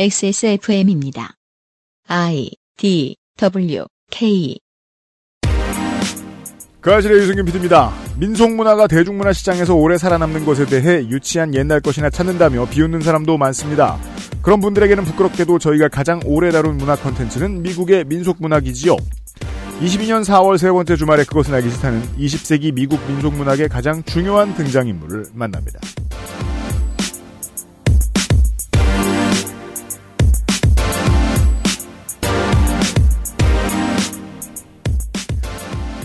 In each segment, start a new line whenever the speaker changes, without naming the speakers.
XSFM입니다. I D W K
그 아실의 유승균 PD입니다. 민속문화가 대중문화 시장에서 오래 살아남는 것에 대해 유치한 옛날 것이나 찾는다며 비웃는 사람도 많습니다. 그런 분들에게는 부끄럽게도 저희가 가장 오래 다룬 문화 콘텐츠는 미국의 민속문학이지요. 22년 4월 세 번째 주말에 그것은 알기 싫다는 20세기 미국 민속문학의 가장 중요한 등장인물을 만납니다.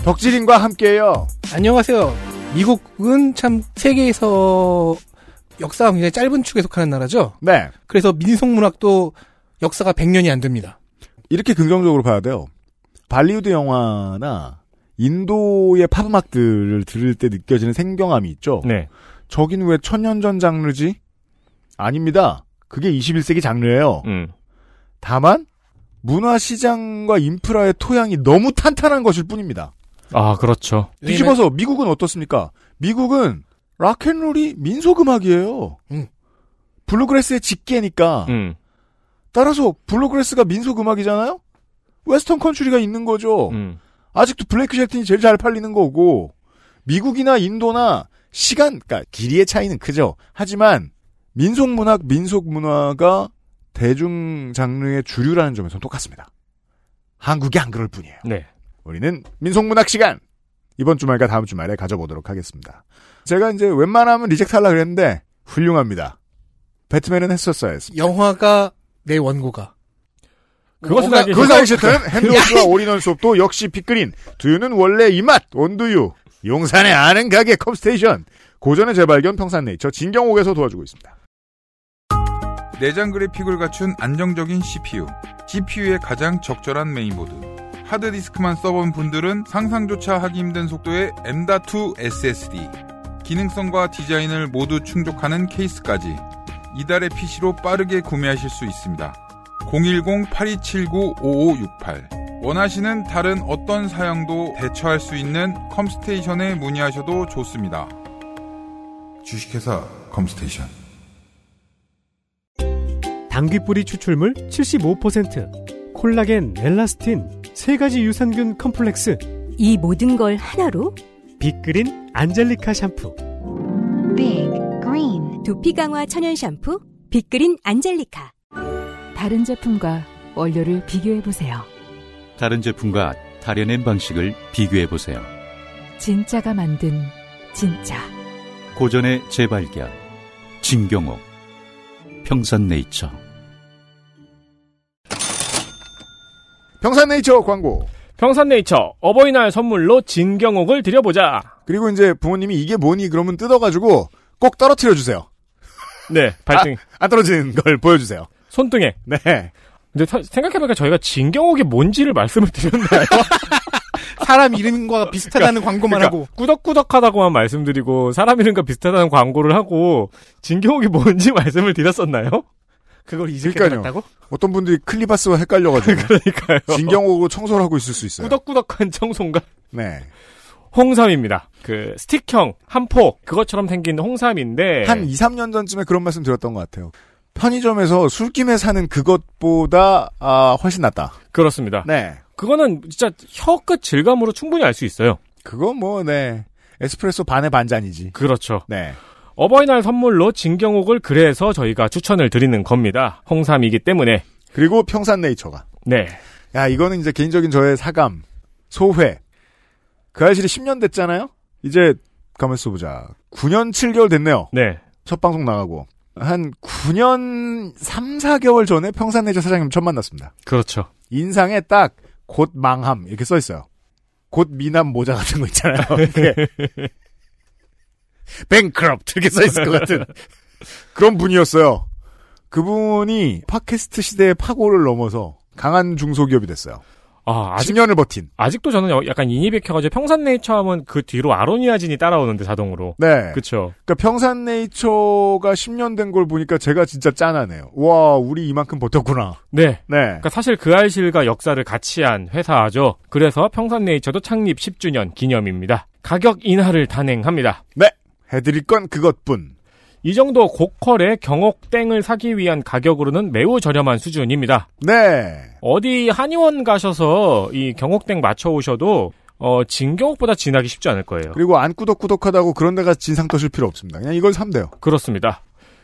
덕질인과 함께해요.
안녕하세요. 미국은 참 세계에서 역사가 굉장히 짧은 축에 속하는 나라죠.
네.
그래서 민속문학도 역사가 100년이 안 됩니다.
이렇게 긍정적으로 봐야 돼요. 발리우드 영화나 인도의 팝 음악들을 들을 때 느껴지는 생경함이 있죠.
네.
저긴 왜 천년 전 장르지? 아닙니다. 그게 21세기 장르예요.
음.
다만 문화 시장과 인프라의 토양이 너무 탄탄한 것일 뿐입니다.
아, 그렇죠.
뒤집어서 미국은 어떻습니까? 미국은 락앤롤이 민속 음악이에요.
음.
블루그래스의 직계니까
음.
따라서 블루그래스가 민속 음악이잖아요. 웨스턴 컨츄리가 있는 거죠.
음.
아직도 블랙 쉐틴이 제일 잘 팔리는 거고 미국이나 인도나 시간, 그러니까 길이의 차이는 크죠. 하지만 민속 문학, 민속 문화가 대중 장르의 주류라는 점에서는 똑같습니다. 한국이 안 그럴 뿐이에요.
네.
우리는 민속 문학 시간 이번 주말과 다음 주말에 가져보도록 하겠습니다. 제가 이제 웬만하면 리젝트 하려 그랬는데 훌륭합니다. 배트맨은 했었어야 했습니다.
영화가 내 원고가.
그것은
뭐가-
알기
그사이
싫다.
싫다는 햄버스와 올인원 수업도 역시 빅그린. 두유는 원래 이 맛. 온두유. 용산의 아는 가게 컵스테이션. 고전의 재발견 평산네이처 진경옥에서 도와주고 있습니다.
내장 그래픽을 갖춘 안정적인 CPU, GPU의 가장 적절한 메인보드. 하드디스크만 써본 분들은 상상조차 하기 힘든 속도의 M.2 SSD. 기능성과 디자인을 모두 충족하는 케이스까지 이달의 PC로 빠르게 구매하실 수 있습니다. 010-8279-5568. 원하시는 다른 어떤 사양도 대처할 수 있는 컴스테이션에 문의하셔도 좋습니다. 주식회사 컴스테이션.
당귀뿌리 추출물 75%, 콜라겐, 엘라스틴, 세 가지 유산균 컴플렉스,
이 모든 걸 하나로
빅그린 안젤리카 샴푸.
Big Green.
두피 강화 천연 샴푸 빅그린 안젤리카
다른 제품과 원료를 비교해 보세요.
다른 제품과 다려낸 방식을 비교해 보세요.
진짜가 만든 진짜.
고전의 재발견 진경옥 평산네이처
평산네이처 광고.
평산네이처 어버이날 선물로 진경옥을 드려보자.
그리고 이제 부모님이 이게 뭐니 그러면 뜯어가지고 꼭 떨어뜨려주세요.
네, 발등.
안 떨어지는 걸 보여주세요.
손등에.
네.
근데 사- 생각해보니까 저희가 진경옥이 뭔지를 말씀을 드렸나요?
그 사람 이름과 비슷하다는 광고만
그러니까
하고.
꾸덕꾸덕하다고만 말씀드리고 사람 이름과 비슷하다는 광고를 하고 진경옥이 뭔지 말씀을 드렸었나요?
그걸 잊을 게
그러니까요.
같다고?
어떤 분들이 클리바스와 헷갈려가지고
그러니까요.
진경옥으로 청소를 하고 있을 수 있어요.
꾸덕꾸덕한 청송가
네.
홍삼입니다. 그 스틱형 한포 그것처럼 생긴 홍삼인데
한 2, 3년 전쯤에 그런 말씀 드렸던 것 같아요. 편의점에서 술김에 사는 그것보다 아, 훨씬 낫다.
그렇습니다.
네.
그거는 진짜 혀끝 질감으로 충분히 알 수 있어요.
그거 뭐, 네. 에스프레소 반의 반잔이지.
그렇죠.
네.
어버이날 선물로 진경옥을 그래서 저희가 추천을 드리는 겁니다. 홍삼이기 때문에.
그리고 평산 네이처가.
네.
야, 이거는 이제 개인적인 저의 사감, 소회. 그 알실이 10년 됐잖아요? 이제, 가만있어 보자. 9년 7개월 됐네요.
네.
첫 방송 나가고. 한 9년 3, 4개월 전에 평산 네이처 사장님 처음 만났습니다.
그렇죠.
인상에 딱, 곧 망함, 이렇게 써있어요. 곧 미남 모자 같은 거 있잖아요. 이렇게. 뱅크럽트, 이렇게 써있을 것 같은. 그런 분이었어요. 그분이 팟캐스트 시대의 파고를 넘어서 강한 중소기업이 됐어요.
아, 아직,
10년을 버틴.
아직도 저는 여- 약간 인이백혀가지고 평산네이처 하면 그 뒤로 아로니아진이 따라오는데 자동으로.
네. 그,
그쵸.
러니까 평산네이처가 10년 된 걸 보니까 제가 진짜 짠하네요. 와, 우리 이만큼 버텼구나.
네.
네.
그러니까 사실 그 알실과 역사를 같이 한 회사죠. 그래서 평산네이처도 창립 10주년 기념입니다. 가격 인하를 단행합니다.
해드릴 건 그것뿐.
이 정도 고퀄의 경옥땡을 사기 위한 가격으로는 매우 저렴한 수준입니다.
네.
어디 한의원 가셔서 이 경옥땡 맞춰 오셔도 어, 진경옥보다 진하기 쉽지 않을 거예요.
그리고 안 꾸덕꾸덕하다고 그런 데가 진상 떠실 필요 없습니다. 그냥 이걸 사면 돼요.
그렇습니다.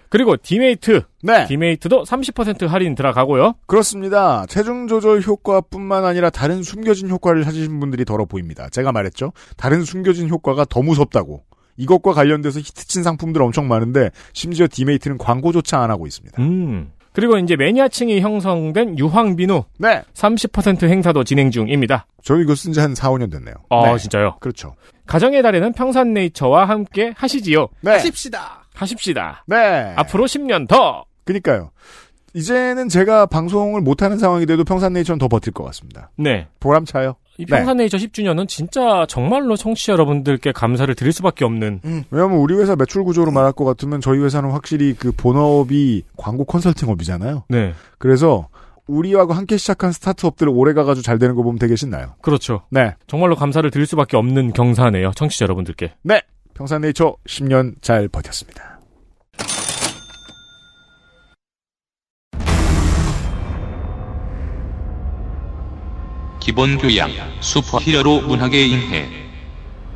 그리고 디메이트,
네.
디메이트도 30% 할인 들어가고요.
그렇습니다. 체중 조절 효과뿐만 아니라 다른 숨겨진 효과를 찾으신 분들이 더러 보입니다. 제가 말했죠. 다른 숨겨진 효과가 더 무섭다고. 이것과 관련돼서 히트친 상품들 엄청 많은데 심지어 디메이트는 광고조차 안 하고 있습니다.
음. 그리고 이제 매니아층이 형성된 유황비누
네.
30% 행사도 진행 중입니다.
저는 이거 쓴 지 한 4, 5년 됐네요.
아,
네.
진짜요?
그렇죠.
가정의 달에는 평산네이처와 함께 하시지요.
네.
십시다.
하십시다.
네.
앞으로 10년 더.
그니까요. 이제는 제가 방송을 못하는 상황이 돼도 평산네이처는 더 버틸 것 같습니다.
네.
보람차요.
이
네.
평산네이처 10주년은 진짜 정말로 청취자 여러분들께 감사를 드릴 수밖에 없는
왜냐면 우리 회사 매출 구조로 말할 것 같으면 저희 회사는 확실히 그 본업이 광고 컨설팅업이잖아요.
네.
그래서 우리하고 함께 시작한 스타트업들 오래 가가지고 잘 되는 거 보면 되게 신나요.
그렇죠.
네.
정말로 감사를 드릴 수밖에 없는 경사네요. 청취자 여러분들께.
네. 평산네이처 10년 잘 버텼습니다.
기본 교양, 슈퍼히어로 문학의 인해,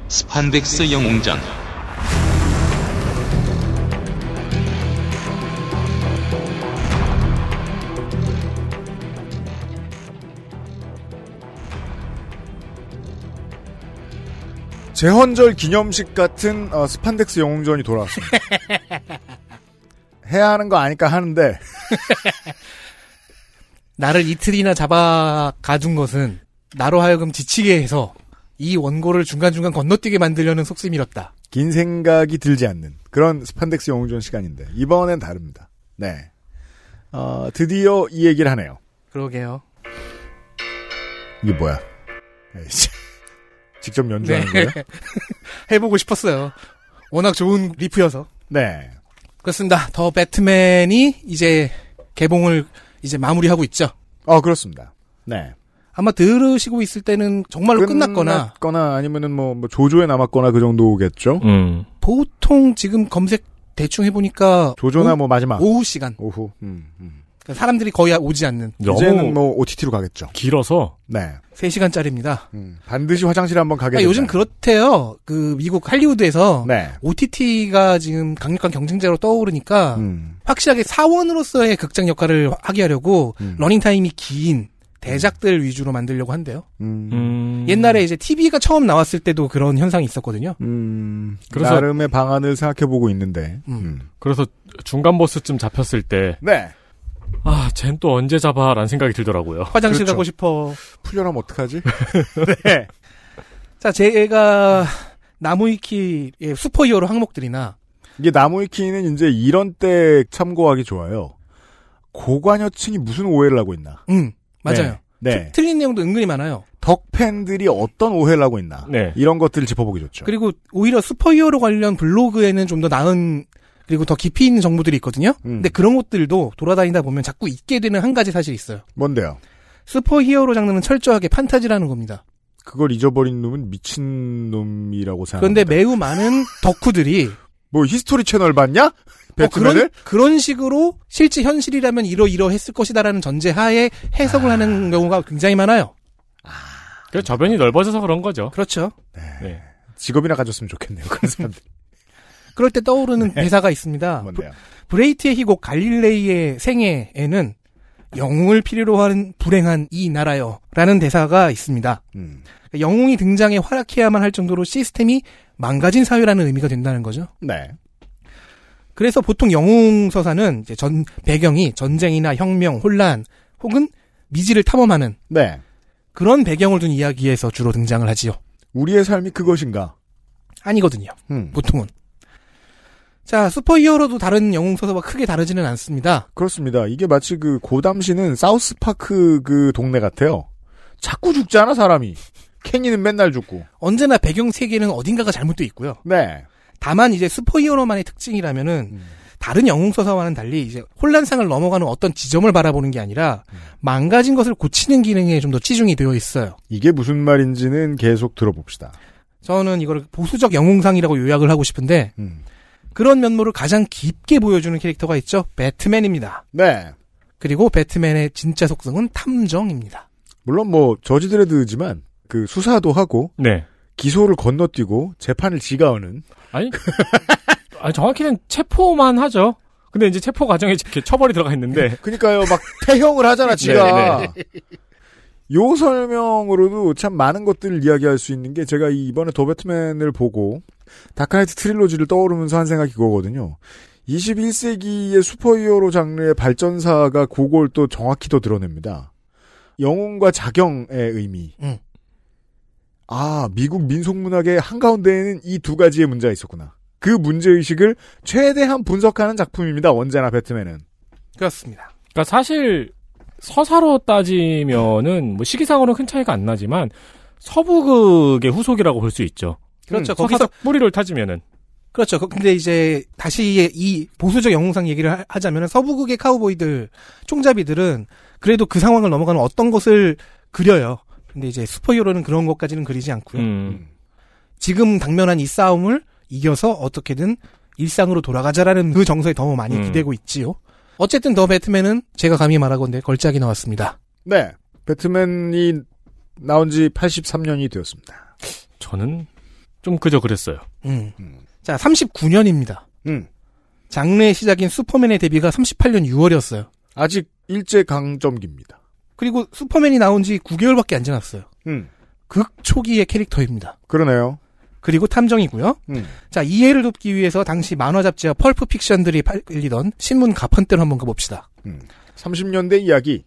스판덱스 영웅전.
재헌절 기념식 같은 어, 스판덱스 영웅전이 돌아왔습니다. 해야 하는 거 아니까 하는데
나를 이틀이나 잡아 가둔 것은 나로 하여금 지치게 해서 이 원고를 중간중간 건너뛰게 만들려는 속셈이었다.
긴 생각이 들지 않는 그런 스판덱스 영웅전 시간인데 이번엔 다릅니다. 네. 어, 드디어 이 얘기를 하네요.
그러게요.
이게 뭐야? 에이씨. 직접 연주하는 거예요?
해보고 싶었어요. 워낙 좋은 리프여서.
네.
그렇습니다. 더 배트맨이 이제 개봉을 이제 마무리하고 있죠.
어, 그렇습니다. 네.
아마 들으시고 있을 때는 정말로 끝났거나
끝났거나 아니면은 뭐, 뭐 조조에 남았거나 그 정도겠죠.
음.
보통 지금 검색 대충 해보니까
조조나
오-
뭐 마지막
오후 시간
오후. 음, 음.
그러니까 사람들이 거의 오지 않는
너무
이제는 뭐 OTT로 가겠죠.
길어서
네.
3시간짜리입니다. 그러니까
음. 반드시 화장실 한번 가게 되요
아, 요즘 그렇대요. 그 미국 할리우드에서
네.
OTT가 지금 강력한 경쟁자로 떠오르니까
음.
확실하게 사원으로서의 극장 역할을 하게 하려고
음.
러닝타임이 긴 대작들 위주로 만들려고 한대요.
음.
음.
옛날에 이제 TV가 처음 나왔을 때도 그런 현상이 있었거든요.
음.
그래서-
나름의 방안을 생각해 보고 있는데.
음.
음.
그래서 중간 보스쯤 잡혔을 때
네.
아, 쟨 또 언제 잡아라는 생각이 들더라고요.
화장실
그렇죠.
가고 싶어.
풀려나면 어떡하지? 네.
자, 제가 나무위키의 슈퍼히어로 항목들이나
이게 나무위키는 이제 이런 때 참고하기 좋아요. 고관여층이 무슨 오해를 하고 있나?
음, 맞아요.
네.
틀- 틀린 내용도 은근히 많아요.
덕 팬들이 어떤 오해를 하고 있나?
네.
이런 것들을 짚어보기 좋죠.
그리고 오히려 슈퍼히어로 관련 블로그에는 좀 더 나은 그리고 더 깊이 있는 정보들이 있거든요.
음.
근데 그런 것들도 돌아다니다 보면 자꾸 잊게 되는 한 가지 사실이 있어요.
뭔데요?
슈퍼히어로 장르는 철저하게 판타지라는 겁니다.
그걸 잊어버린 놈은 미친 놈이라고 생각합니다.
아, 그런데 매우 많은 덕후들이
뭐 히스토리 채널 봤냐?
어, 그런
배트맨을?
그런 식으로 실제 현실이라면 이러이러했을 것이다라는 전제하에
아.
해석을 하는 경우가 굉장히 많아요.
그 저변이 넓어져서 그런 거죠.
그렇죠.
네.
직업이나 가졌으면 좋겠네요. 그런 사람들.
그럴 때 떠오르는 대사가 있습니다.
네. 뭔데요?
브레이트의 희곡 갈릴레이의 생애에는 영웅을 필요로 하는 불행한 이 나라요 라는 대사가 있습니다. 그러니까
음.
영웅이 등장해 활약해야만 할 정도로 시스템이 망가진 사회라는 의미가 된다는 거죠.
네.
그래서 보통 영웅 서사는 이제 전 배경이 전쟁이나 혁명, 혼란 혹은 미지를 탐험하는
네.
그런 배경을 둔 이야기에서 주로 등장을 하지요.
우리의 삶이 그것인가?
아니거든요.
음.
보통은. 자, 슈퍼히어로도 다른 영웅 서사와 크게 다르지는 않습니다.
그렇습니다. 이게 마치 그 고담시는 사우스파크 그 동네 같아요. 자꾸 죽지 않아 사람이. 캔이는 맨날 죽고.
언제나 배경 세계는 어딘가가 잘못돼 있고요.
네.
다만 이제 슈퍼히어로만의 특징이라면은
음.
다른 영웅 서사와는 달리 이제 혼란상을 넘어가는 어떤 지점을 바라보는 게 아니라 망가진 것을 고치는 기능에 좀 더 치중이 되어 있어요.
이게 무슨 말인지는 계속 들어봅시다.
저는 이걸 보수적 영웅상이라고 요약을 하고 싶은데
음.
그런 면모를 가장 깊게 보여주는 캐릭터가 있죠. 배트맨입니다.
네.
그리고 배트맨의 진짜 속성은 탐정입니다.
물론 뭐 저지드레드지만 그 수사도 하고
네.
기소를 건너뛰고 재판을 지가하는
아니, 아니 정확히는 체포만 하죠. 근데 이제 체포 과정에 이렇게 처벌이 들어가 있는데
그러니까요 막 태형을 하잖아 지가
네,
요 설명으로도 참 많은 것들을 이야기할 수 있는 게 제가 이 이번에 더 배트맨을 보고 다크나이트 트릴로지를 떠오르면서 한 생각이 그거거든요. 21세기의 슈퍼히어로 장르의 발전사가 그걸 또 정확히 더 드러냅니다. 영웅과 자경의 의미.
응.
아, 미국 민속문학의 한가운데에는 이 두 가지의 문제가 있었구나. 그 문제의식을 최대한 분석하는 작품입니다. 언제나 배트맨은.
그렇습니다.
그러니까 사실 서사로 따지면은 뭐 시기상으로는 큰 차이가 안 나지만 서부극의 후속이라고 볼 수 있죠.
그렇죠.
음,
거기서-
서사적 뿌리를 타지면은
그렇죠. 그- 근데 이제 다시 이 보수적 영웅상 얘기를 하- 하자면 서부극의 카우보이들, 총잡이들은 그래도 그 상황을 넘어가는 어떤 것을 그려요. 근데 이제 슈퍼히어로는 그런 것까지는 그리지 않고요.
음.
지금 당면한 이 싸움을 이겨서 어떻게든 일상으로 돌아가자라는 그 정서에 더 많이
음.
기대고 있지요. 어쨌든 더 배트맨은 제가 감히 말하건대 걸작이 나왔습니다.
네. 배트맨이 나온 지 83년이 되었습니다.
저는 좀 그저 그랬어요.
음. 자, 39년입니다.
음.
장르의 시작인 슈퍼맨의 데뷔가 38년 6월이었어요.
아직 일제 강점기입니다.
그리고 슈퍼맨이 나온 지 9개월밖에 안 지났어요.
음.
극초기의 캐릭터입니다.
그러네요.
그리고 탐정이고요.
음.
자, 이해를 돕기 위해서 당시 만화 잡지와 펄프 픽션들이 팔리던 신문 가판대로 한번 가봅시다.
30년대 이야기.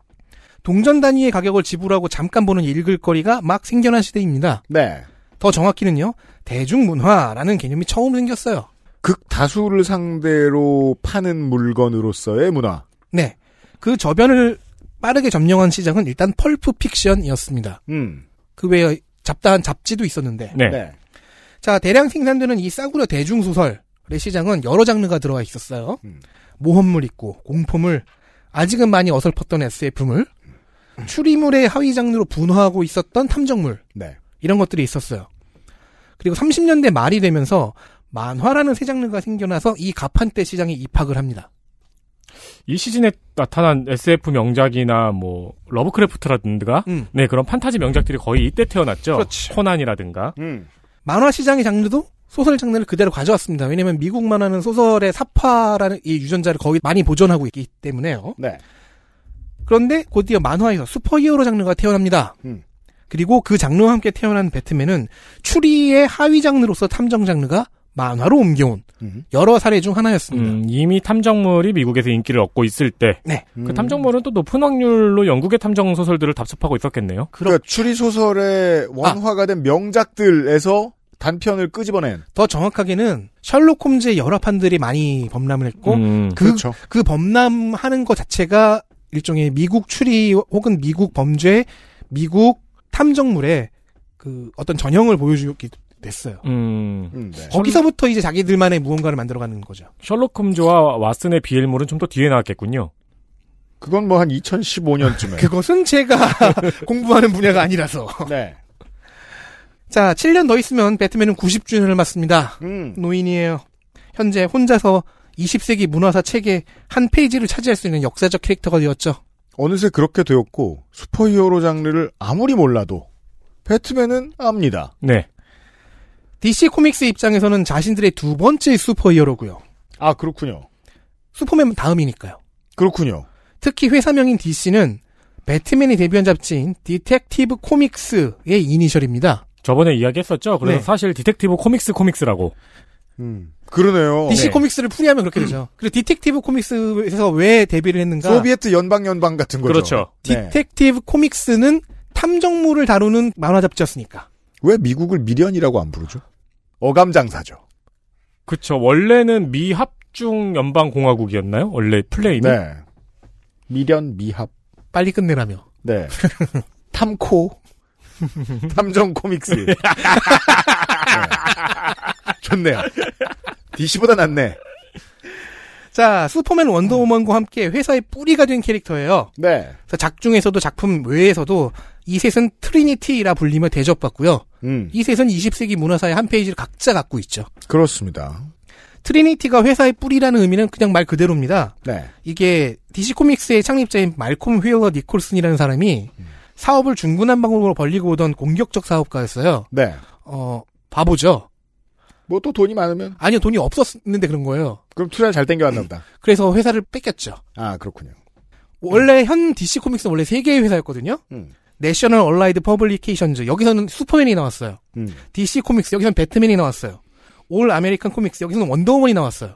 동전 단위의 가격을 지불하고 잠깐 보는 읽을 거리가 막 생겨난 시대입니다.
네.
더 정확히는요, 대중문화라는 개념이 처음 생겼어요.
극다수를 상대로 파는 물건으로서의 문화.
네. 그 저변을 빠르게 점령한 시장은 일단 펄프 픽션이었습니다.
음.
그 외에 잡다한 잡지도 있었는데.
네.
자, 대량 생산되는 이 싸구려 대중소설의 시장은 여러 장르가 들어가 있었어요.
음.
모험물 있고, 공포물, 아직은 많이 어설펐던 SF물, 추리물의 하위 장르로 분화하고 있었던 탐정물,
네.
이런 것들이 있었어요. 그리고 30년대 말이 되면서 만화라는 새 장르가 생겨나서 이 가판대 시장에 입학을 합니다.
이 시즌에 나타난 SF 명작이나 뭐 러브크래프트라든가
음.
네 그런 판타지 명작들이 거의 이때 태어났죠.
그렇지.
코난이라든가
음.
만화 시장의 장르도 소설 장르를 그대로 가져왔습니다. 왜냐면 미국 만화는 소설의 사파라는 이 유전자를 거의 많이 보존하고 있기 때문에요.
네.
그런데 곧이어 만화에서 슈퍼히어로 장르가 태어납니다.
음.
그리고 그 장르와 함께 태어난 배트맨은 추리의 하위 장르로서 탐정 장르가 만화로 옮겨온
음.
여러 사례 중 하나였습니다.
음, 이미 탐정물이 미국에서 인기를 얻고 있을 때 그
네.
음.
탐정물은 또 높은 확률로 영국의 탐정 소설들을 답습하고 있었겠네요.
그러니까 추리 소설의 원화가 된 명작들에서 단편을 끄집어낸.
더 정확하게는 셜록 홈즈의 열화판들이 많이 범람을 했고
음.
그, 그 범람하는 것 자체가 일종의 미국 추리 혹은 미국 범죄, 미국 탐정물의 그 어떤 전형을 보여주게 됐어요.
음.
음, 네.
거기서부터 이제 자기들만의 무언가를 만들어가는 거죠.
셜록 홈즈와 왓슨의 비엘물은 좀 더 뒤에 나왔겠군요.
그건 뭐 한 2015년쯤에.
네. 그것은 제가 공부하는 분야가 아니라서.
네.
자, 7년 더 있으면 배트맨은 90주년을 맞습니다.
음.
노인이에요. 현재 혼자서 20세기 문화사 책의 한 페이지를 차지할 수 있는 역사적 캐릭터가 되었죠.
어느새 그렇게 되었고 슈퍼히어로 장르를 아무리 몰라도 배트맨은 압니다.
네.
DC 코믹스 입장에서는 자신들의 두 번째 슈퍼히어로고요.
아 그렇군요.
슈퍼맨은 다음이니까요.
그렇군요.
특히 회사명인 DC는 배트맨이 데뷔한 잡지인 디텍티브 코믹스의 이니셜입니다.
저번에 이야기했었죠. 그래서
네.
사실 디텍티브 코믹스 코믹스라고.
음. 그러네요.
DC
네.
코믹스를 풀이하면 그렇게 되죠. 그리고 디텍티브 코믹스에서 왜 데뷔를 했는가?
소비에트 연방 연방 같은 거죠.
그렇죠.
네.
디텍티브 코믹스는 탐정물을 다루는 만화 잡지였으니까.
왜 미국을 미련이라고 안 부르죠? 어감장사죠.
그쵸. 원래는 미합중 연방공화국이었나요? 원래 플레임이?
네. 미련 미합.
빨리 끝내라며.
네. 탐코. 탐정 코믹스. 네. 좋네요. DC보다 낫네.
자, 슈퍼맨 원더우먼과 함께 회사의 뿌리가 된 캐릭터예요.
네.
그래서 작중에서도 작품 외에서도 이 셋은 트리니티라 불리며 대접받고요.
음.
이 셋은 20세기 문화사의 한 페이지를 각자 갖고 있죠.
그렇습니다.
트리니티가 회사의 뿌리라는 의미는 그냥 말 그대로입니다.
네.
이게 DC 코믹스의 창립자인 말콤 휘어러 니콜슨이라는 사람이 사업을 중구난방으로 벌리고 오던 공격적 사업가였어요.
네.
어, 바보죠.
뭐 또 돈이 많으면?
아니요, 돈이 없었는데 그런 거예요.
그럼 투자 잘 땡겨왔나 보다.
그래서 회사를 뺏겼죠.
아, 그렇군요.
원래 현 DC 코믹스는 원래 세 개의 회사였거든요.
음.
내셔널 얼라이드 퍼블리케이션즈 여기서는 슈퍼맨이 나왔어요.
음.
DC 코믹스 여기서는 배트맨이 나왔어요. 올 아메리칸 코믹스 여기서는 원더우먼이 나왔어요.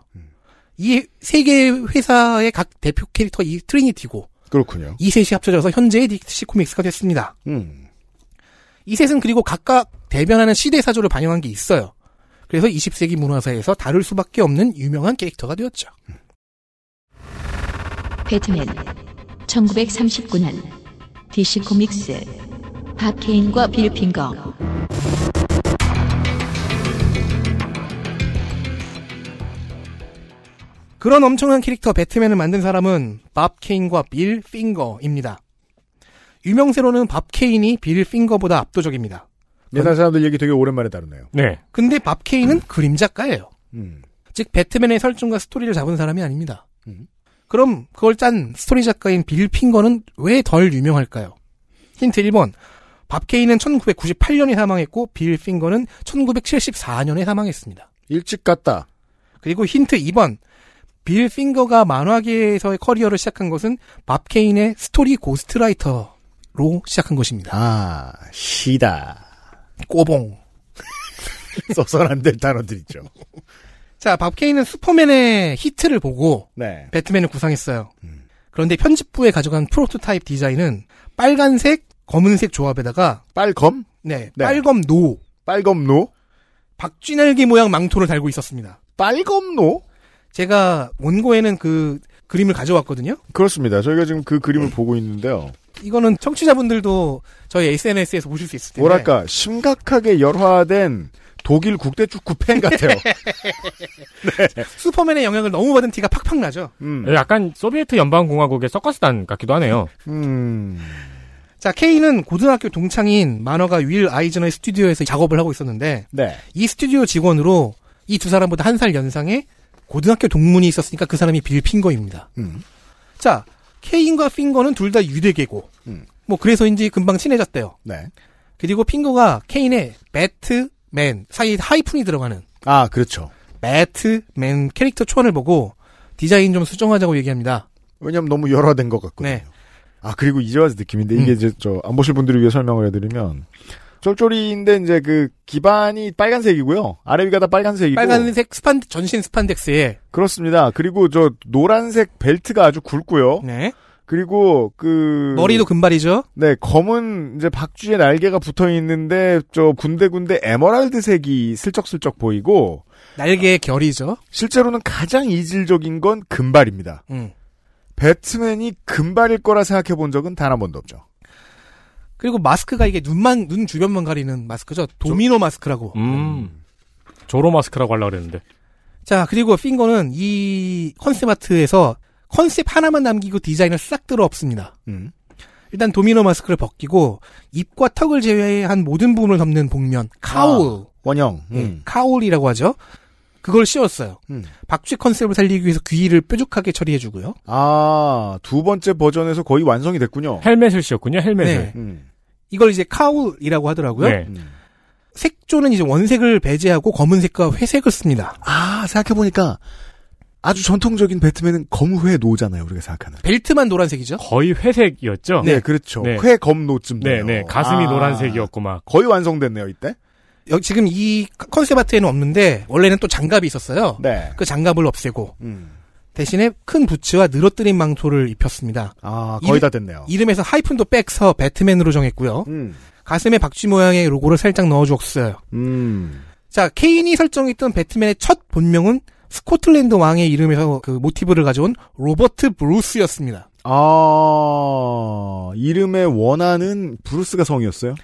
이 세 개의 회사의 각 대표 캐릭터가 이 트리니티고
그렇군요.
이 셋이 합쳐져서 현재의 DC 코믹스가 됐습니다.
음.
이 셋은 그리고 각각 대변하는 시대 사조를 반영한 게 있어요. 그래서 20세기 문화사에서 다룰 수밖에 없는 유명한 캐릭터가 되었죠.
배트맨 1939년 DC 코믹스 박케인과 빌 핑거
그런 엄청난 캐릭터 배트맨을 만든 사람은 밥 케인과 빌 핑거입니다. 유명세로는 밥 케인이 빌 핑거보다 압도적입니다.
옛날 사람들 얘기 되게 오랜만에 다루네요.
네.
근데 밥 케인은 그림 작가예요.
음.
즉 배트맨의 설정과 스토리를 잡은 사람이 아닙니다.
음.
그럼 그걸 짠 스토리 작가인 빌 핑거는 왜 덜 유명할까요? 힌트 1번. 밥 케인은 1998년에 사망했고 빌 핑거는 1974년에 사망했습니다.
일찍 갔다.
그리고 힌트 2번. 빌 핑거가 만화계에서의 커리어를 시작한 것은 밥 케인의 스토리 고스트라이터로 시작한 것입니다.
아, 시다.
꼬봉.
써선 안 될 단어들 있죠.
자, 밥 케인은 슈퍼맨의 히트를 보고
네.
배트맨을 구상했어요. 그런데 편집부에 가져간 프로토타입 디자인은 빨간색, 검은색 조합에다가
빨검?
네,
네.
빨검 노
빨검노?
박쥐날개 모양 망토를 달고 있었습니다.
빨검노?
제가 원고에는 그 그림을 가져왔거든요.
그렇습니다. 저희가 지금 그 그림을 보고 있는데요.
이거는 청취자분들도 저희 SNS에서 보실 수 있을 텐데
뭐랄까, 심각하게 열화된 독일 국대축구 팬 같아요.
슈퍼맨의 영향을 너무 받은 티가 팍팍 나죠.
음.
약간 소비에트 연방공화국의 서커스단 같기도 하네요.
음.
자, 케인은 고등학교 동창인 만화가 윌 아이즈너의 스튜디오에서 작업을 하고 있었는데
네.
이 스튜디오 직원으로 이 두 사람보다 한 살 연상의 고등학교 동문이 있었으니까 그 사람이 빌 핑거입니다.
음.
자, 케인과 핑거는 둘 다 유대계고,
음.
뭐 그래서인지 금방 친해졌대요.
네.
그리고 핑거가 케인의 배트맨 사이에 하이픈이 들어가는
아, 그렇죠.
배트맨 캐릭터 초안을 보고 디자인 좀 수정하자고 얘기합니다.
왜냐면 너무 열화된 것 같거든요.
네.
아 그리고 이제 와서 느낌인데 이게
음.
이제 저 안 보실 분들을 위해 설명을 해드리면 쫄쫄이인데 이제 그 기반이 빨간색이고요 아래 위가 다 빨간색이고
빨간색 스판 전신 스판덱스에
그렇습니다. 그리고 저 노란색 벨트가 아주 굵고요.
네.
그리고
음.
그
머리도 금발이죠.
네 검은 이제 박쥐의 날개가 붙어 있는데 저 군데군데 에메랄드색이 슬쩍슬쩍 보이고
날개의 결이죠.
실제로는 가장 이질적인 건 금발입니다.
음.
배트맨이 금발일 거라 생각해 본 적은 단 한 번도 없죠.
그리고 마스크가 이게 눈만 눈 주변만 가리는 마스크죠. 도미노 마스크라고.
음. 조로 마스크라고 하려고 그랬는데.
자, 그리고 핑거는 이 컨셉 아트에서 컨셉 하나만 남기고 디자인을 싹 들어 엎습니다.
음.
일단 도미노 마스크를 벗기고 입과 턱을 제외한 모든 부분을 덮는 복면
아,
카울
원형.
예,
음.
카울이라고 하죠. 그걸 씌웠어요.
음.
박쥐 컨셉을 살리기 위해서 귀를 뾰족하게 처리해주고요.
아, 두 번째 버전에서 거의 완성이 됐군요.
헬멧을 씌웠군요, 헬멧을.
네.
음,
이걸 이제 카울이라고 하더라고요.
네.
음.
색조는 이제 원색을 배제하고 검은색과 회색을 씁니다.
아, 생각해보니까 아주 전통적인 배트맨은 검회 노잖아요, 우리가 생각하는.
벨트만 노란색이죠. 어,
거의 회색이었죠?
네, 그렇죠.
네.
회검 노쯤.
네,
돼요.
네. 가슴이
아,
노란색이었고 막.
거의 완성됐네요, 이때.
여기 지금 이 컨셉 아트에는 없는데 원래는 또 장갑이 있었어요.
네.
그 장갑을 없애고
음.
대신에 큰 부츠와 늘어뜨린 망토를 입혔습니다.
아, 거의
이름-
다 됐네요.
이름에서 하이픈도 빼서 배트맨으로 정했고요.
음.
가슴에 박쥐 모양의 로고를 살짝 넣어주었어요.
음.
자, 케인이 설정했던 배트맨의 첫 본명은 스코틀랜드 왕의 이름에서 그 모티브를 가져온 로버트 브루스였습니다.
아, 이름의 원하는 브루스가 성이었어요?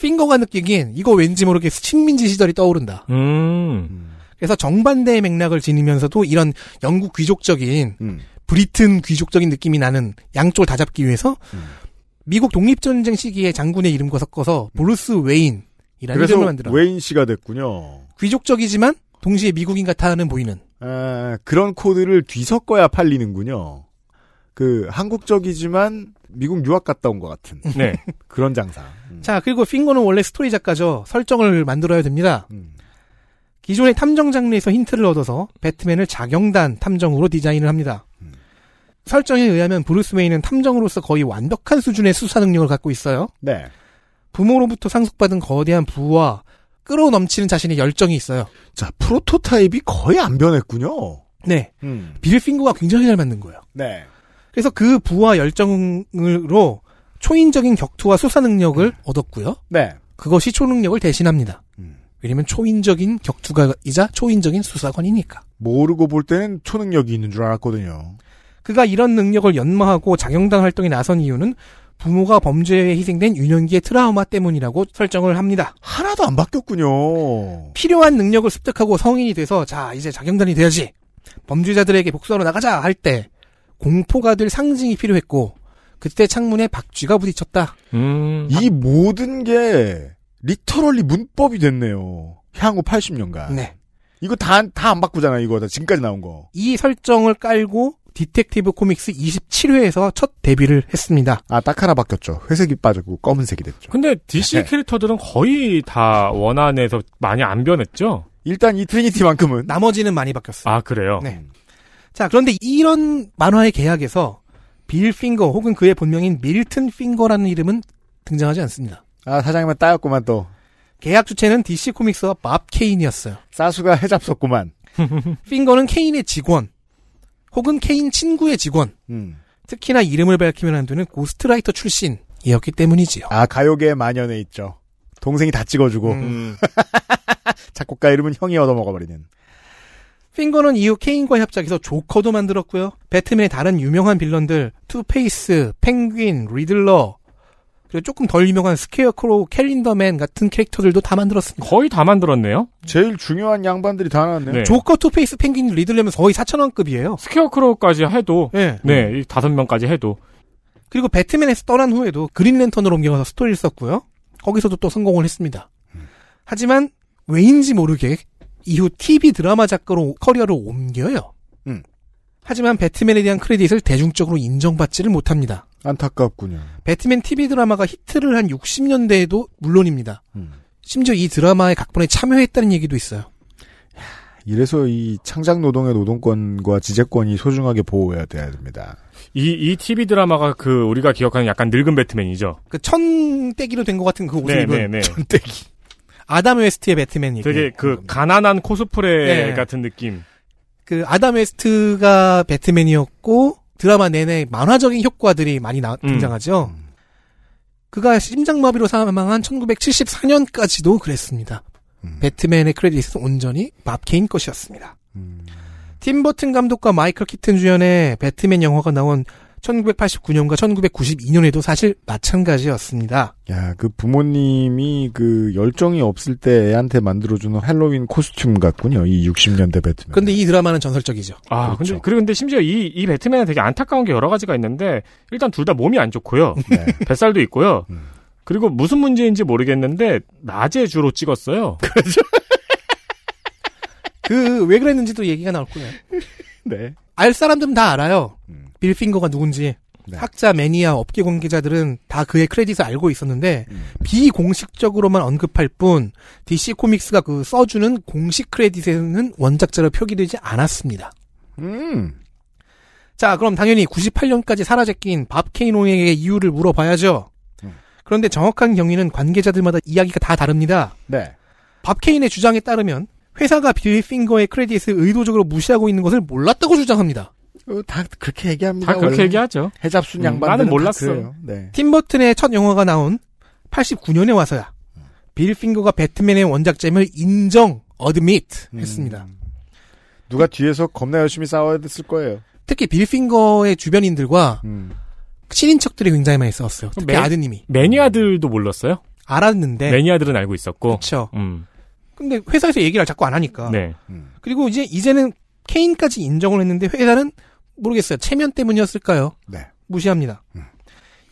핑거가 느끼기엔 이거 왠지 모르게 식민지 시절이 떠오른다.
음.
그래서 정반대의 맥락을 지니면서도 이런 영국 귀족적인
음.
브리튼 귀족적인 느낌이 나는 양쪽을 다 잡기 위해서
음.
미국 독립전쟁 시기에 장군의 이름과 섞어서 브루스 웨인이라는
음. 그래서
이름을 만들어
웨인 씨가 됐군요.
귀족적이지만 동시에 미국인 같아 하는 보이는
아, 그런 코드를 뒤섞어야 팔리는군요. 그 한국적이지만 미국 유학 갔다 온 것 같은
네.
그런 장사. 음.
자, 그리고 핑거는 원래 스토리 작가죠. 설정을 만들어야 됩니다.
음.
기존의 탐정 장르에서 힌트를 얻어서 배트맨을 자경단 탐정으로 디자인을 합니다.
음.
설정에 의하면 브루스 웨인은 탐정으로서 거의 완벽한 수준의 수사 능력을 갖고 있어요.
네.
부모로부터 상속받은 거대한 부와 끌어넘치는 자신의 열정이 있어요.
자, 프로토타입이 거의 안 변했군요.
네.
음.
빌 핑거가 굉장히 잘 맞는 거예요.
네.
그래서 그 부와 열정으로 초인적인 격투와 수사 능력을 얻었고요.
네.
그것이 초능력을 대신합니다. 왜냐면 초인적인 격투가이자 초인적인 수사관이니까.
모르고 볼 때는 초능력이 있는 줄 알았거든요.
그가 이런 능력을 연마하고 자경단 활동에 나선 이유는 부모가 범죄에 희생된 유년기의 트라우마 때문이라고 설정을 합니다.
하나도 안 바뀌었군요.
필요한 능력을 습득하고 성인이 돼서 자 이제 자경단이 돼야지 범죄자들에게 복수하러 나가자 할 때 공포가 될 상징이 필요했고 그때 창문에 박쥐가 부딪혔다.
음.
이 모든 게 리터럴리 문법이 됐네요. 향후 80년간.
네.
이거 다, 다 안 바꾸잖아, 이거. 다 지금까지 나온 거.
이 설정을 깔고 디텍티브 코믹스 27회에서 첫 데뷔를 했습니다.
아, 딱 하나 바뀌었죠. 회색이 빠졌고, 검은색이 됐죠.
근데
네.
DC 캐릭터들은 거의 다 원안에서 많이 안 변했죠?
일단 이 트리니티만큼은.
나머지는 많이 바뀌었어요.
아, 그래요?
네. 자, 그런데 이런 만화의 계약에서 빌 핑거 혹은 그의 본명인 밀튼 핑거라는 이름은 등장하지 않습니다.
아, 사장님은 따였구만, 또.
계약 주체는 DC 코믹스와 밥 케인이었어요.
사수가 해잡섰구만.
핑거는 케인의 직원 혹은 케인 친구의 직원
음.
특히나 이름을 밝히면 안 되는 고스트라이터 출신이었기 때문이지요.
아, 가요계에 만연해 있죠. 동생이 다 찍어주고. 작곡가 이름은 형이 얻어먹어버리는.
핑거는 이후 케인과 협작해서 조커도 만들었고요. 배트맨의 다른 유명한 빌런들 투페이스, 펭귄, 리들러 그리고 조금 덜 유명한 스퀘어크로우, 캘린더맨 같은 캐릭터들도 다 만들었습니다.
거의 다 만들었네요?
제일 중요한 양반들이 다 나왔네요.
네.
조커, 투페이스, 펭귄, 리들러면 거의 4천원급이에요.
스퀘어크로우까지 해도,
네.
음.
네, 이 다섯 명까지 해도,
그리고 배트맨에서 떠난 후에도 그린랜턴으로 옮겨가서 스토리를 썼고요. 거기서도 또 성공을 했습니다. 하지만 왜인지 모르게 이후 TV 드라마 작가로 커리어를 옮겨요.
음.
하지만 배트맨에 대한 크레딧을 대중적으로 인정받지를 못합니다.
안타깝군요.
배트맨 TV 드라마가 히트를 한 60년대에도 물론입니다.
음.
심지어 이 드라마의 각본에 참여했다는 얘기도 있어요.
이래서 이 창작 노동의 노동권과 지재권이 소중하게 보호해야 돼야 됩니다.
이, 이 TV 드라마가 그, 우리가 기억하는 약간 늙은 배트맨이죠?
그 천떼기로 된 것 같은 그 옷을
네,
입은
네, 네.
전대기.
아담 웨스트의 배트맨 얘기.
되게 그, 가난한 코스프레
네.
같은 느낌.
그 아담 웨스트가 배트맨이었고 드라마 내내 만화적인 효과들이 많이 나,
음.
어.
등장하죠. 그가 심장마비로 사망한 1974년까지도 그랬습니다.
음.
배트맨의 크레딧은 온전히 밥 케인 것이었습니다.
음.
팀 버튼 감독과 마이클 키튼 주연의 배트맨 영화가 나온 1989년과 1992년에도 사실 마찬가지였습니다.
야, 그 부모님이 그 열정이 없을 때 애한테 만들어주는 할로윈 코스튬 같군요. 이 60년대 배트맨.
근데 이 드라마는 전설적이죠.
아,
그렇죠.
근데, 그리고 근데 심지어 이, 이 배트맨은 되게 안타까운 게 여러 가지가 있는데, 일단 둘 다 몸이 안 좋고요.
네.
뱃살도 있고요.
음.
그리고 무슨 문제인지 모르겠는데, 낮에 주로 찍었어요.
그 왜 그랬는지도 얘기가 나올 거예요.
네.
알 사람들은 다 알아요.
음.
빌핑거가 누군지.
네.
학자, 매니아, 업계 관계자들은 다 그의 크레딧을 알고 있었는데
음.
비공식적으로만 언급할 뿐 DC 코믹스가 그 써주는 공식 크레딧에는 원작자로 표기되지 않았습니다.
음.
자, 그럼 당연히 98년까지 사라져 낀밥 케이노에게 이유를 물어봐야죠.
음.
그런데 정확한 경위는 관계자들마다 이야기가 다 다릅니다.
네.
밥 케인의 주장에 따르면 회사가 빌핑거의 크레딧을 의도적으로 무시하고 있는 것을 몰랐다고 주장합니다.
어, 다 그렇게 얘기합니다.
다 그렇게 얘기하죠.
해잡순
음,
양반.
나는 몰랐어.
네.
팀버튼의 첫 영화가 나온 89년에 와서야 빌 핑거가 배트맨의 원작점을 인정 admit
음.
했습니다.
음. 누가 뒤에서 겁나 열심히 싸워야 됐을 거예요.
특히 빌 핑거의 주변인들과
음.
친인척들이 굉장히 많이 싸웠어요. 특히
매-
아드님이
매니아들도 몰랐어요.
알았는데
매니아들은 알고 있었고.
네. 그렇죠.
음,
근데 회사에서 얘기를 자꾸 안 하니까.
네.
음,
그리고 이제 이제는 케인까지 인정을 했는데 회사는 모르겠어요. 체면 때문이었을까요?
네.
무시합니다.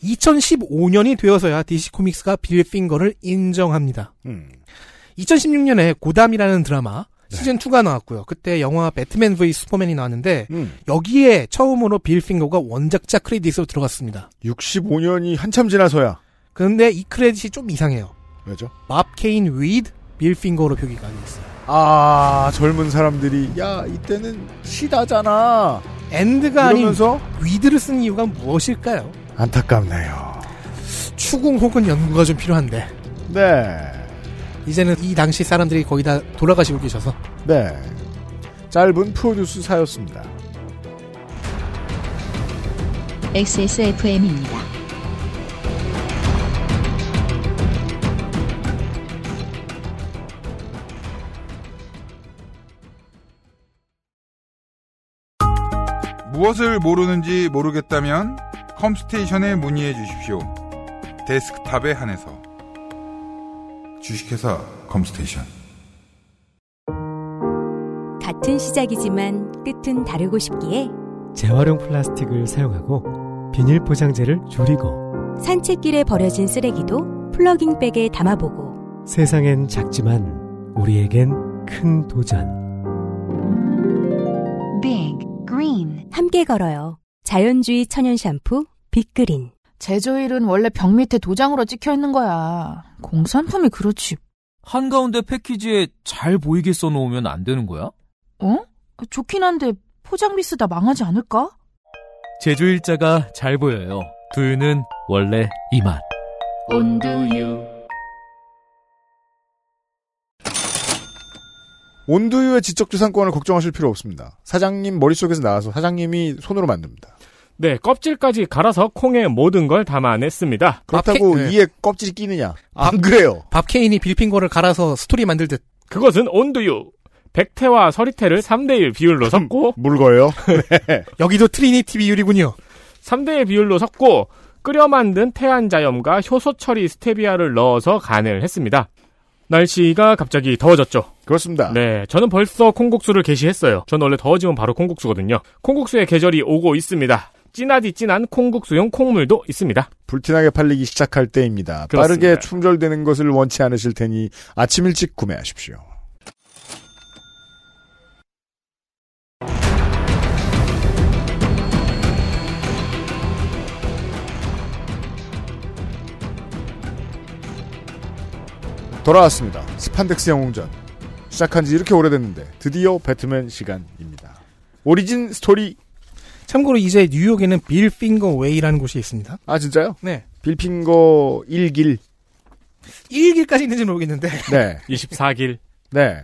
2015년이 되어서야 DC 코믹스가 빌 핑거를 인정합니다.
음.
2016년에 고담이라는 드라마
네.
시즌 2가 나왔고요. 그때 영화 배트맨 v 슈퍼맨이 나왔는데
음.
여기에 처음으로 빌 핑거가 원작자 크레딧으로 들어갔습니다.
65년이 한참 지나서야.
그런데 이 크레딧이 좀 이상해요.
왜죠?
밥 케인 위드 빌 핑거로 표기가 돼 있어요.
아 젊은 사람들이 야 이때는 시다잖아.
엔드가
이러면서?
아닌 위드를 쓴 이유가 무엇일까요?
안타깝네요.
추궁 혹은 연구가 좀 필요한데
네.
이제는 이 당시 사람들이 거의 다 돌아가시고 계셔서
네. 짧은 프로듀스 사였습니다.
XSFM입니다.
무엇을 모르는지 모르겠다면 컴스테이션에 문의해 주십시오. 데스크탑에 한해서 주식회사 컴스테이션
같은 시작이지만 끝은 다르고 싶기에
재활용 플라스틱을 사용하고 비닐 포장재를 줄이고
산책길에 버려진 쓰레기도 플러깅백에 담아보고
세상엔 작지만 우리에겐 큰 도전.
Big Green 함께 걸어요. 자연주의 천연 샴푸 빅그린
제조일은 원래 벽 밑에 도장으로 찍혀 있는 거야. 공산품이 그렇지.
한가운데 패키지에 잘 보이게 써놓으면 안 되는 거야?
어? 좋긴 한데 포장비 쓰다 망하지 않을까?
제주 일자가 잘 보여요. 두유는 원래 이맛.
온두유.
온두유의 지적재산권을 걱정하실 필요 없습니다. 사장님 머릿속에서 나와서 사장님이 손으로 만듭니다.
네, 껍질까지 갈아서 콩의 모든 걸 담아냈습니다.
그렇다고 이에 껍질이 끼느냐? 안 그래요.
밥케인이 빌핑거를 갈아서 스토리 만들 듯.
그것은 온두유. 백태와 서리태를 3대1 비율로 섞고
물거예요.
여기도 트리니티 비율이군요.
3대1 비율로 섞고 끓여 만든 태안자염과 효소 처리 스테비아를 넣어서 간을 했습니다. 날씨가 갑자기 더워졌죠.
그렇습니다.
네, 저는 벌써 콩국수를 개시했어요. 저는 원래 더워지면 바로 콩국수거든요. 콩국수의 계절이 오고 있습니다. 진하디 진한 콩국수용 콩물도 있습니다.
불티나게 팔리기 시작할 때입니다.
그렇습니다.
빠르게 충절되는 것을 원치 않으실 테니 아침 일찍 구매하십시오. 돌아왔습니다. 스판덱스 영웅전. 시작한 지 이렇게 오래됐는데 드디어 배트맨 시간입니다. 오리진 스토리.
참고로 이제 뉴욕에는 빌 핑거 웨이라는 곳이 있습니다.
아 진짜요?
네.
빌핑거 1길.
1길까지 있는지 모르겠는데.
네.
24길.
네.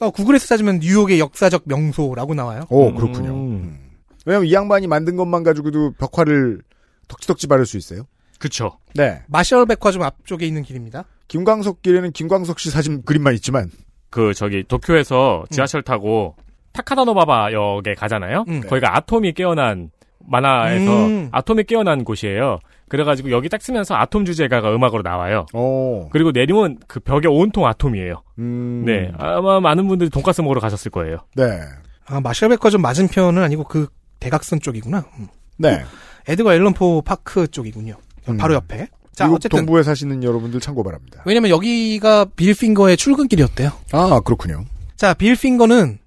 어, 구글에서 찾으면 뉴욕의 역사적 명소라고 나와요.
오 그렇군요. 음. 왜냐면 이 양반이 만든 것만 가지고도 벽화를 덕지덕지 바를 수 있어요.
그쵸.
네.
마셜 백화점 앞쪽에 있는 길입니다.
김광석 길에는 김광석 씨 사진 그림만 있지만
그 저기 도쿄에서 지하철 타고 타카다노바바 역에 가잖아요.
네.
음.
거기가 아톰이 깨어난 만화에서
음.
아톰이 깨어난 곳이에요. 그래가지고 여기 딱 쓰면서 아톰 주제가가 음악으로 나와요. 그리고 내리면 그 벽에 온통 아톰이에요.
음.
네, 아마 많은 분들이 돈가스 먹으러 가셨을 거예요.
네.
아, 마셜 백화점 맞은편은 아니고 그 대각선 쪽이구나. 음.
네. 음.
에드가 앨런포 파크 쪽이군요. 바로 옆에. 자,
미국
어쨌든.
동부에 사시는 여러분들 참고 바랍니다.
왜냐면 여기가 빌핑거의 출근길이었대요.
아 그렇군요.
자, 빌핑거는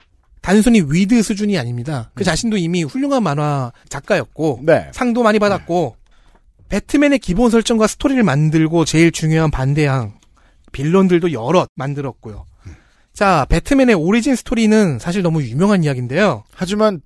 단순히 위드 수준이 아닙니다. 그 자신도 이미 훌륭한 만화
네.
작가였고 상도 많이 받았고 배트맨의 기본 설정과 스토리를 만들고 제일 중요한 반대항 빌런들도 여럿 만들었고요. 자, 배트맨의 오리진 스토리는 사실 너무 유명한 이야기인데요.
하지만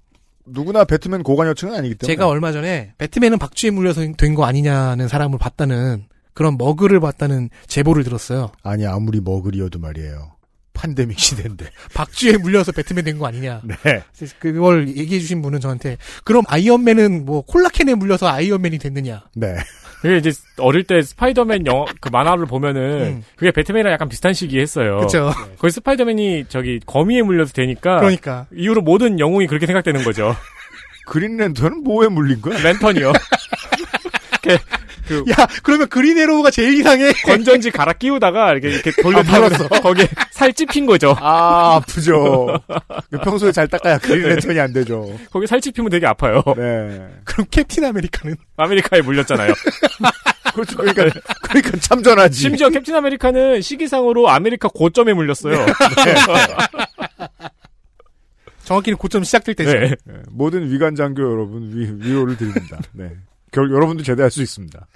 누구나 배트맨 고관여층은 아니기 때문에
제가 얼마 전에 배트맨은 박쥐에 물려서 된 거 아니냐는 사람을 봤다는 그런 머그를 봤다는 제보를 들었어요.
아니 아무리 머글이어도 말이에요. 판데믹 시대인데.
박쥐에 물려서 배트맨 된 거 아니냐.
네.
그래서 그걸 얘기해 주신 분은 저한테 그럼 아이언맨은 뭐 콜라캔에 물려서 아이언맨이 됐느냐.
네.
그게 이제 어릴 때 스파이더맨 영화 그 만화를 보면은 그게 배트맨이랑 약간 비슷한 시기 했어요.
음. 그쵸.
거기 스파이더맨이 저기 거미에 물려서 되니까
그러니까.
이후로 모든 영웅이 그렇게 생각되는 거죠.
그린랜턴은 뭐에 물린 거야?
랜턴이요. 이렇게 그
야 그러면 그린에로우가 제일 이상해. 아,
건전지 갈아 끼우다가 이렇게 이렇게 돌려
팔았어.
팔았어. 거기에 살 찝힌 거죠.
아 아프죠. 평소에 잘 닦아야
네.
그린랜턴이 안 되죠.
어.
거기 살 찝히면 되게 아파요.
네.
그럼 캡틴 아메리카는
아메리카에 물렸잖아요.
그렇죠. 그러니까 그러니까 참전하지.
심지어 캡틴 아메리카는 시기상으로 아메리카 고점에 물렸어요. 네.
정확히는 고점 시작될 때죠.
네. 모든 위관장교 여러분 위, 위로를 드립니다. 네. 결, 여러분도 제대할 수 있습니다.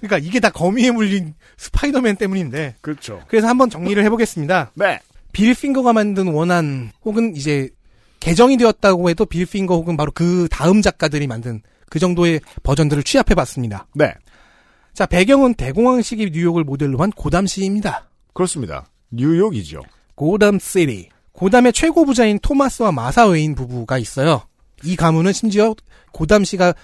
그러니까 이게 다 거미에 물린 스파이더맨 때문인데.
그렇죠.
그래서 한번 정리를 해보겠습니다.
네.
빌핑거가 만든 원한 혹은 이제 개정이 되었다고 해도 빌핑거 혹은 바로 그 다음 작가들이 만든 그 정도의 버전들을 취합해봤습니다.
네.
자 배경은 대공황시기 뉴욕을 모델로 한 고담시입니다.
그렇습니다. 뉴욕이죠.
고담 시리. 고담의 최고 부자인 토마스와 마사 웨인 부부가 있어요. 이 가문은 심지어 고담시가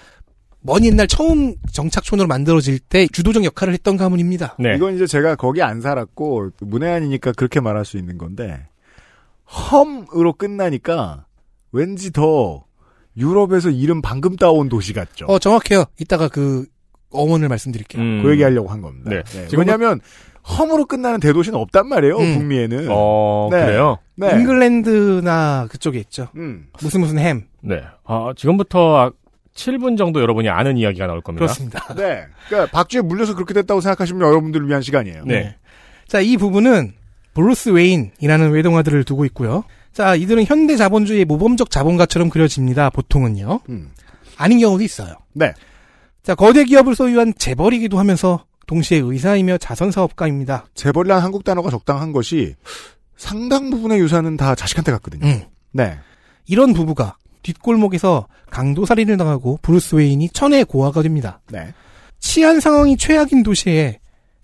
먼 옛날 처음 정착촌으로 만들어질 때 주도적 역할을 했던 가문입니다.
네. 이건 이제 제가 거기 안 살았고 문외한이니까 그렇게 말할 수 있는 건데 험으로 끝나니까 왠지 더 유럽에서 이름 방금 따온 도시 같죠.
어 정확해요. 이따가 그 어원을 말씀드릴게요.
음.
그 얘기하려고 한 겁니다.
네.
네.
지금은-
왜냐하면 험으로 끝나는 대도시는 없단 말이에요.
음.
북미에는.
어, 그래요?
네.
잉글랜드나 그쪽에 있죠.
음.
무슨 무슨 햄.
네. 아, 지금부터 아, 7분 정도 여러분이 아는 이야기가 나올 겁니다.
그렇습니다.
네. 그러니까 박쥐에 물려서 그렇게 됐다고 생각하시면 여러분들을 위한 시간이에요.
네.
자, 이 부분은 브루스 웨인이라는 외동아들을 두고 있고요. 자, 이들은 현대 자본주의의 모범적 자본가처럼 그려집니다. 보통은요. 아닌 경우도 있어요.
음. 네.
자, 거대 기업을 소유한 재벌이기도 하면서 동시에 의사이며 자선사업가입니다.
재벌이란 한국 단어가 적당한 것이 상당 부분의 유산은 다 자식한테 갔거든요.
음.
네.
이런 부부가 뒷골목에서 강도 살인을 당하고 브루스 웨인이 천의 고아가 됩니다.
네.
치안 상황이 최악인 도시에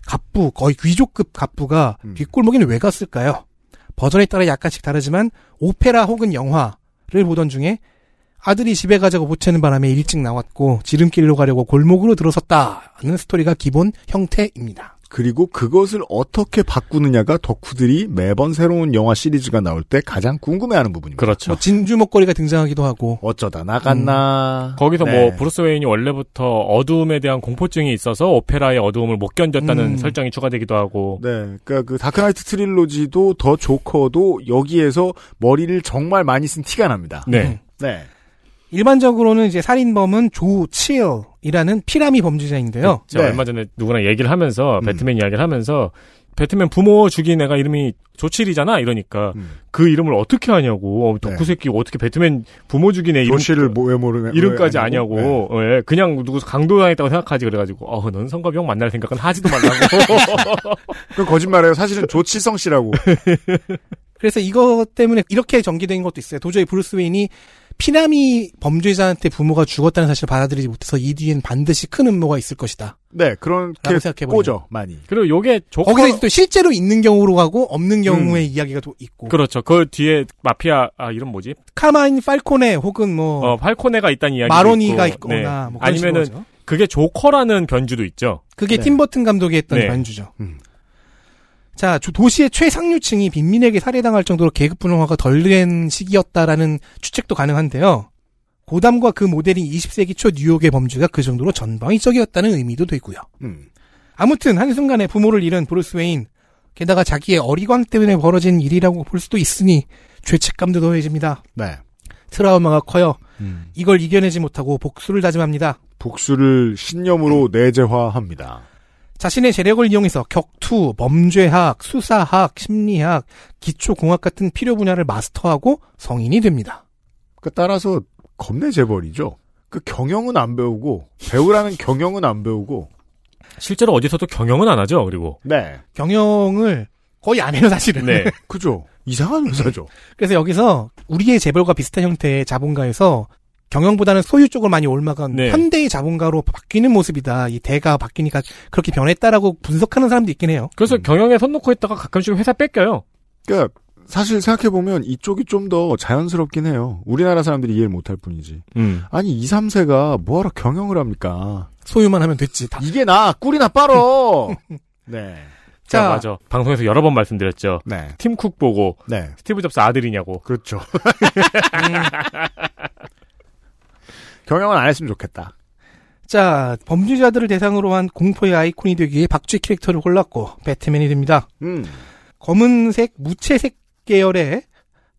갑부 거의 귀족급 갑부가 뒷골목에는 왜 갔을까요? 버전에 따라 약간씩 다르지만 오페라 혹은 영화를 보던 중에 아들이 집에 가자고 보채는 바람에 일찍 나왔고 지름길로 가려고 골목으로 들어섰다는 스토리가 기본 형태입니다.
그리고 그것을 어떻게 바꾸느냐가 덕후들이 매번 새로운 영화 시리즈가 나올 때 가장 궁금해하는 부분입니다.
그렇죠.
뭐 진주 목걸이가 등장하기도 하고
어쩌다 나갔나.
거기서
네.
뭐 브루스 웨인이 원래부터 어두움에 대한 공포증이 있어서 오페라의 어두움을 못 견뎠다는
음.
설정이 추가되기도 하고
네, 그러니까 그 다크나이트 트릴로지도 더 조커도 여기에서 머리를 정말 많이 쓴 티가 납니다.
네.
네.
일반적으로는 이제 살인범은 조치일이라는 피라미 범죄자인데요.
제가 네. 그 얼마 전에 누구랑 얘기를
음.
하면서 배트맨 이야기를 하면서 배트맨 부모 죽인 애가 이름이 조칠이잖아 이러니까
음.
그 이름을 어떻게 하냐고
네.
어, 덕후 새끼 어떻게 배트맨 부모 죽인 애 이름
조씨를 뭐, 왜 모르냐.
이름까지 아냐고
네.
예, 그냥 누구 강도당했다고 생각하지 그래가지고 어넌 성가병 만날 생각은 하지도 말라고
그 거짓말이에요. 사실은 조치성 씨라고.
그래서 이거 때문에 이렇게 전개된 것도 있어요. 도저히 브루스 웨인이 피라미 범죄자한테 부모가 죽었다는 사실을 받아들이지 못해서 이 뒤엔 반드시 큰 음모가 있을 것이다.
네, 그렇게
라고 생각해보면.
꼬죠, 많이.
그리고 요게 조커
거기서 이제 또 실제로 있는 경우로 가고 없는 경우의 이야기가 또 있고
음. 그렇죠 그 뒤에 마피아 아 이름 뭐지
카마인 팔코네 혹은 뭐
어, 팔코네가 있다는 네. 이야기
마로니가 있거나 뭐 그런
아니면은
식으로 하죠.
그게 조커라는 변주도 있죠.
그게 팀버튼 감독이 했던
네.
반주죠. 자, 조- 도시의 최상류층이 빈민에게 살해당할 정도로 계급 분화가 덜 된 시기였다라는 추측도 가능한데요. 고담과 그 모델인 20세기 초 뉴욕의 범죄가 그 정도로 전방위적이었다는 의미도 되고요.
음.
아무튼 한순간에 부모를 잃은 브루스 웨인, 게다가 자기의 어리광 때문에 벌어진 일이라고 볼 수도 있으니 죄책감도 더해집니다.
네.
트라우마가 커요. 이걸 이겨내지 못하고 복수를 다짐합니다.
복수를 신념으로 내재화합니다.
자신의 재력을 이용해서 격투, 범죄학, 수사학, 심리학, 기초공학 같은 필요 분야를 마스터하고 성인이 됩니다.
그 따라서 겁내 재벌이죠. 그 경영은 안 배우고 배우라는 경영은 안 배우고
실제로 어디서도 경영은 안 하죠. 그리고
네.
경영을 거의 안 해요, 사실은.
네.
그죠. 이상한 회사죠.
그래서 여기서 우리의 재벌과 비슷한 형태의 자본가에서 경영보다는 소유 쪽을 많이 올라간
네.
현대의 자본가로 바뀌는 모습이다. 이 대가 바뀌니까 그렇게 변했다라고 분석하는 사람도 있긴 해요.
그래서 경영에 손 놓고 있다가 가끔씩 회사 뺏겨요.
그러니까 사실 생각해 보면 이쪽이 좀 더 자연스럽긴 해요. 우리나라 사람들이 이해를 못할 뿐이지.
음.
아니 2, 3세가 뭐하러 경영을 합니까?
소유만 하면 됐지. 다.
이게 나 꿀이나 빨어. 네.
자,
자.
맞아. 방송에서 여러 번 말씀드렸죠.
네.
팀쿡 보고
네.
스티브 잡스 아들이냐고.
그렇죠. 음. 경영은 안 했으면 좋겠다.
자, 범죄자들을 대상으로 한 공포의 아이콘이 되기 위해 박쥐 캐릭터를 골랐고 배트맨이 됩니다.
음.
검은색 무채색 계열의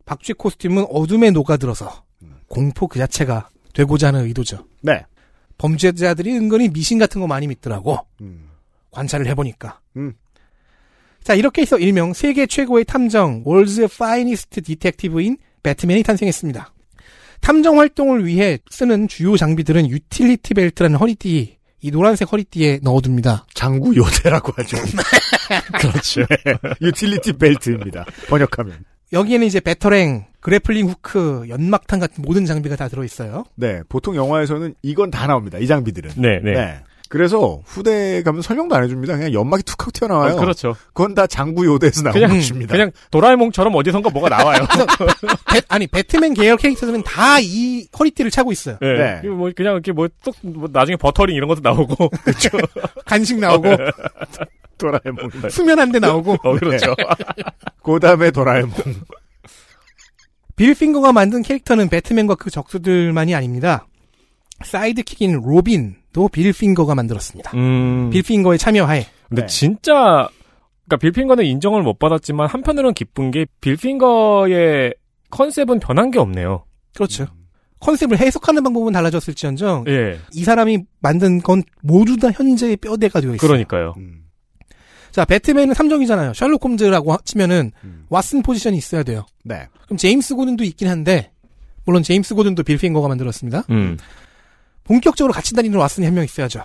박쥐 코스튬은 어둠에 녹아들어서 공포 그 자체가 되고자 하는 의도죠.
네.
범죄자들이 은근히 미신 같은 거 많이 믿더라고.
음.
관찰을 해보니까. 자, 이렇게 해서 일명 세계 최고의 탐정, 월즈 파이니스트 디텍티브인 배트맨이 탄생했습니다. 탐정 활동을 위해 쓰는 주요 장비들은 유틸리티 벨트라는 허리띠, 이 노란색 허리띠에 넣어둡니다.
장구 요대라고 하죠. 그렇죠. 유틸리티 벨트입니다. 번역하면.
여기에는 이제 배터랭, 그래플링 후크, 연막탄 같은 모든 장비가 다 들어있어요.
네, 보통 영화에서는 이건 다 나옵니다. 이 장비들은.
네, 네.
그래서 후대 가면 설명도 안 해줍니다. 그냥 연막이 툭 하고 튀어나와요.
어, 그렇죠.
아, 그건 다 장구 요대에서 나온
그냥
것입니다.
그냥 도라에몽처럼 어디선가 뭐가 나와요.
배- 아니, 배트맨 계열 캐릭터들은 다 이 허리띠를 차고 있어요.
네. 이거 뭐 그냥 이렇게 뭐똑 뭐 나중에 버터링 이런 것도 나오고 그렇죠.
간식 나오고
도라에몽
수면 안대 나오고.
네. 어, 그렇죠.
고담의 도라에몽.
빌핑거가 만든 캐릭터는 배트맨과 그 적수들만이 아닙니다. 사이드킥인 로빈도 빌핑거가 만들었습니다.
음. 네.
빌핑거의 참여하에.
근데 진짜 그러니까 빌핑거는 인정을 못 받았지만 한편으로는 기쁜 게 빌핑거의 컨셉은 변한 게 없네요.
그렇죠. 컨셉을 해석하는 방법은 달라졌을지언정
예.
이 사람이 만든 건 모두 다 현재의 뼈대가 되어 있어요.
그러니까요.
음.
자, 배트맨은 3정이잖아요. 셜록 홈즈라고 하- 치면은
음.
왓슨 포지션이 있어야 돼요.
네.
그럼 제임스 고든도 있긴 한데 물론 제임스 고든도 빌핑거가 만들었습니다.
음.
본격적으로 같이 다니는 왓슨이 한 명 있어야죠.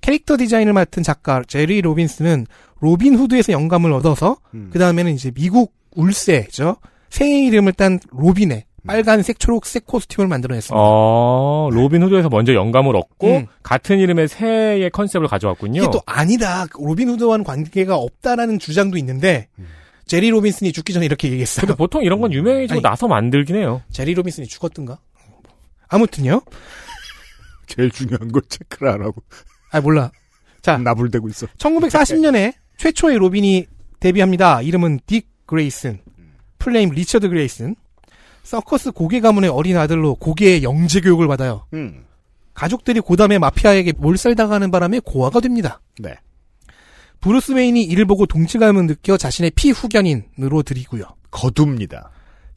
캐릭터 디자인을 맡은 작가 제리 로빈스는 로빈 후드에서 영감을 얻어서 그 다음에는 이제 미국 울세죠. 생애 이름을 딴 로빈의 빨간색, 초록색 코스튬을 음. 만들어냈습니다.
어, 로빈 후드에서 먼저 영감을 얻고
음.
같은 이름의 새의 컨셉을 가져왔군요.
이게 또 아니다. 로빈 후드와는 관계가 없다라는 주장도 있는데 제리 로빈슨이 죽기 전에 이렇게 얘기했어요.
근데 보통 이런 건 유명해지고 나서 만들긴 해요.
제리 로빈슨이 죽었던가? 아무튼요.
제일 중요한 걸 체크를 안 하고.
아 몰라. 자
나불대고 있어.
1940년에 최초의 로빈이 데뷔합니다. 이름은 딕 그레이슨, 플레임 리처드 그레이슨. 서커스 고개 가문의 어린 아들로 고개의 영재 교육을 받아요.
음.
가족들이 고담의 마피아에게 몰살당하는 바람에 고아가 됩니다.
네.
브루스 웨인이 이를 보고 동질감을 느껴 자신의 피후견인으로 들이고요.
거둡니다.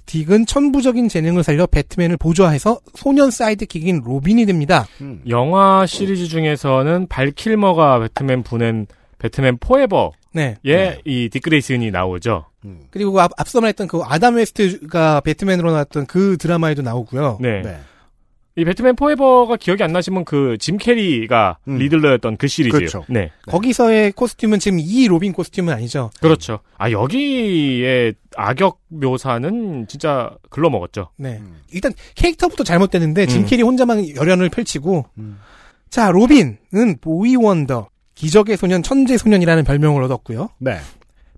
딕은 천부적인 재능을 살려 배트맨을 보조해서 소년 사이드킥인 로빈이 됩니다.
음.
영화 시리즈 중에서는 발킬머가 배트맨 분엔 배트맨 포에버
네.
예, 이 디크레이슨이 나오죠.
음.
그리고 그 앞, 앞서 말했던 그 아담 웨스트가 배트맨으로 나왔던 그 드라마에도 나오고요.
네. 이 배트맨 포에버가 기억이 안 나시면 그 짐 캐리가 리들러였던 그 시리즈.
음. 그렇죠.
네.
거기서의 코스튬은 지금 이 로빈 코스튬은 아니죠.
그렇죠. 아 여기에 악역 묘사는 진짜 글러 먹었죠.
네.
음.
일단 캐릭터부터 잘못되는데 짐
음.
캐리 혼자만 열연을 펼치고
음.
자 로빈은 보이 원더 기적의 소년 천재 소년이라는 별명을 얻었고요.
네.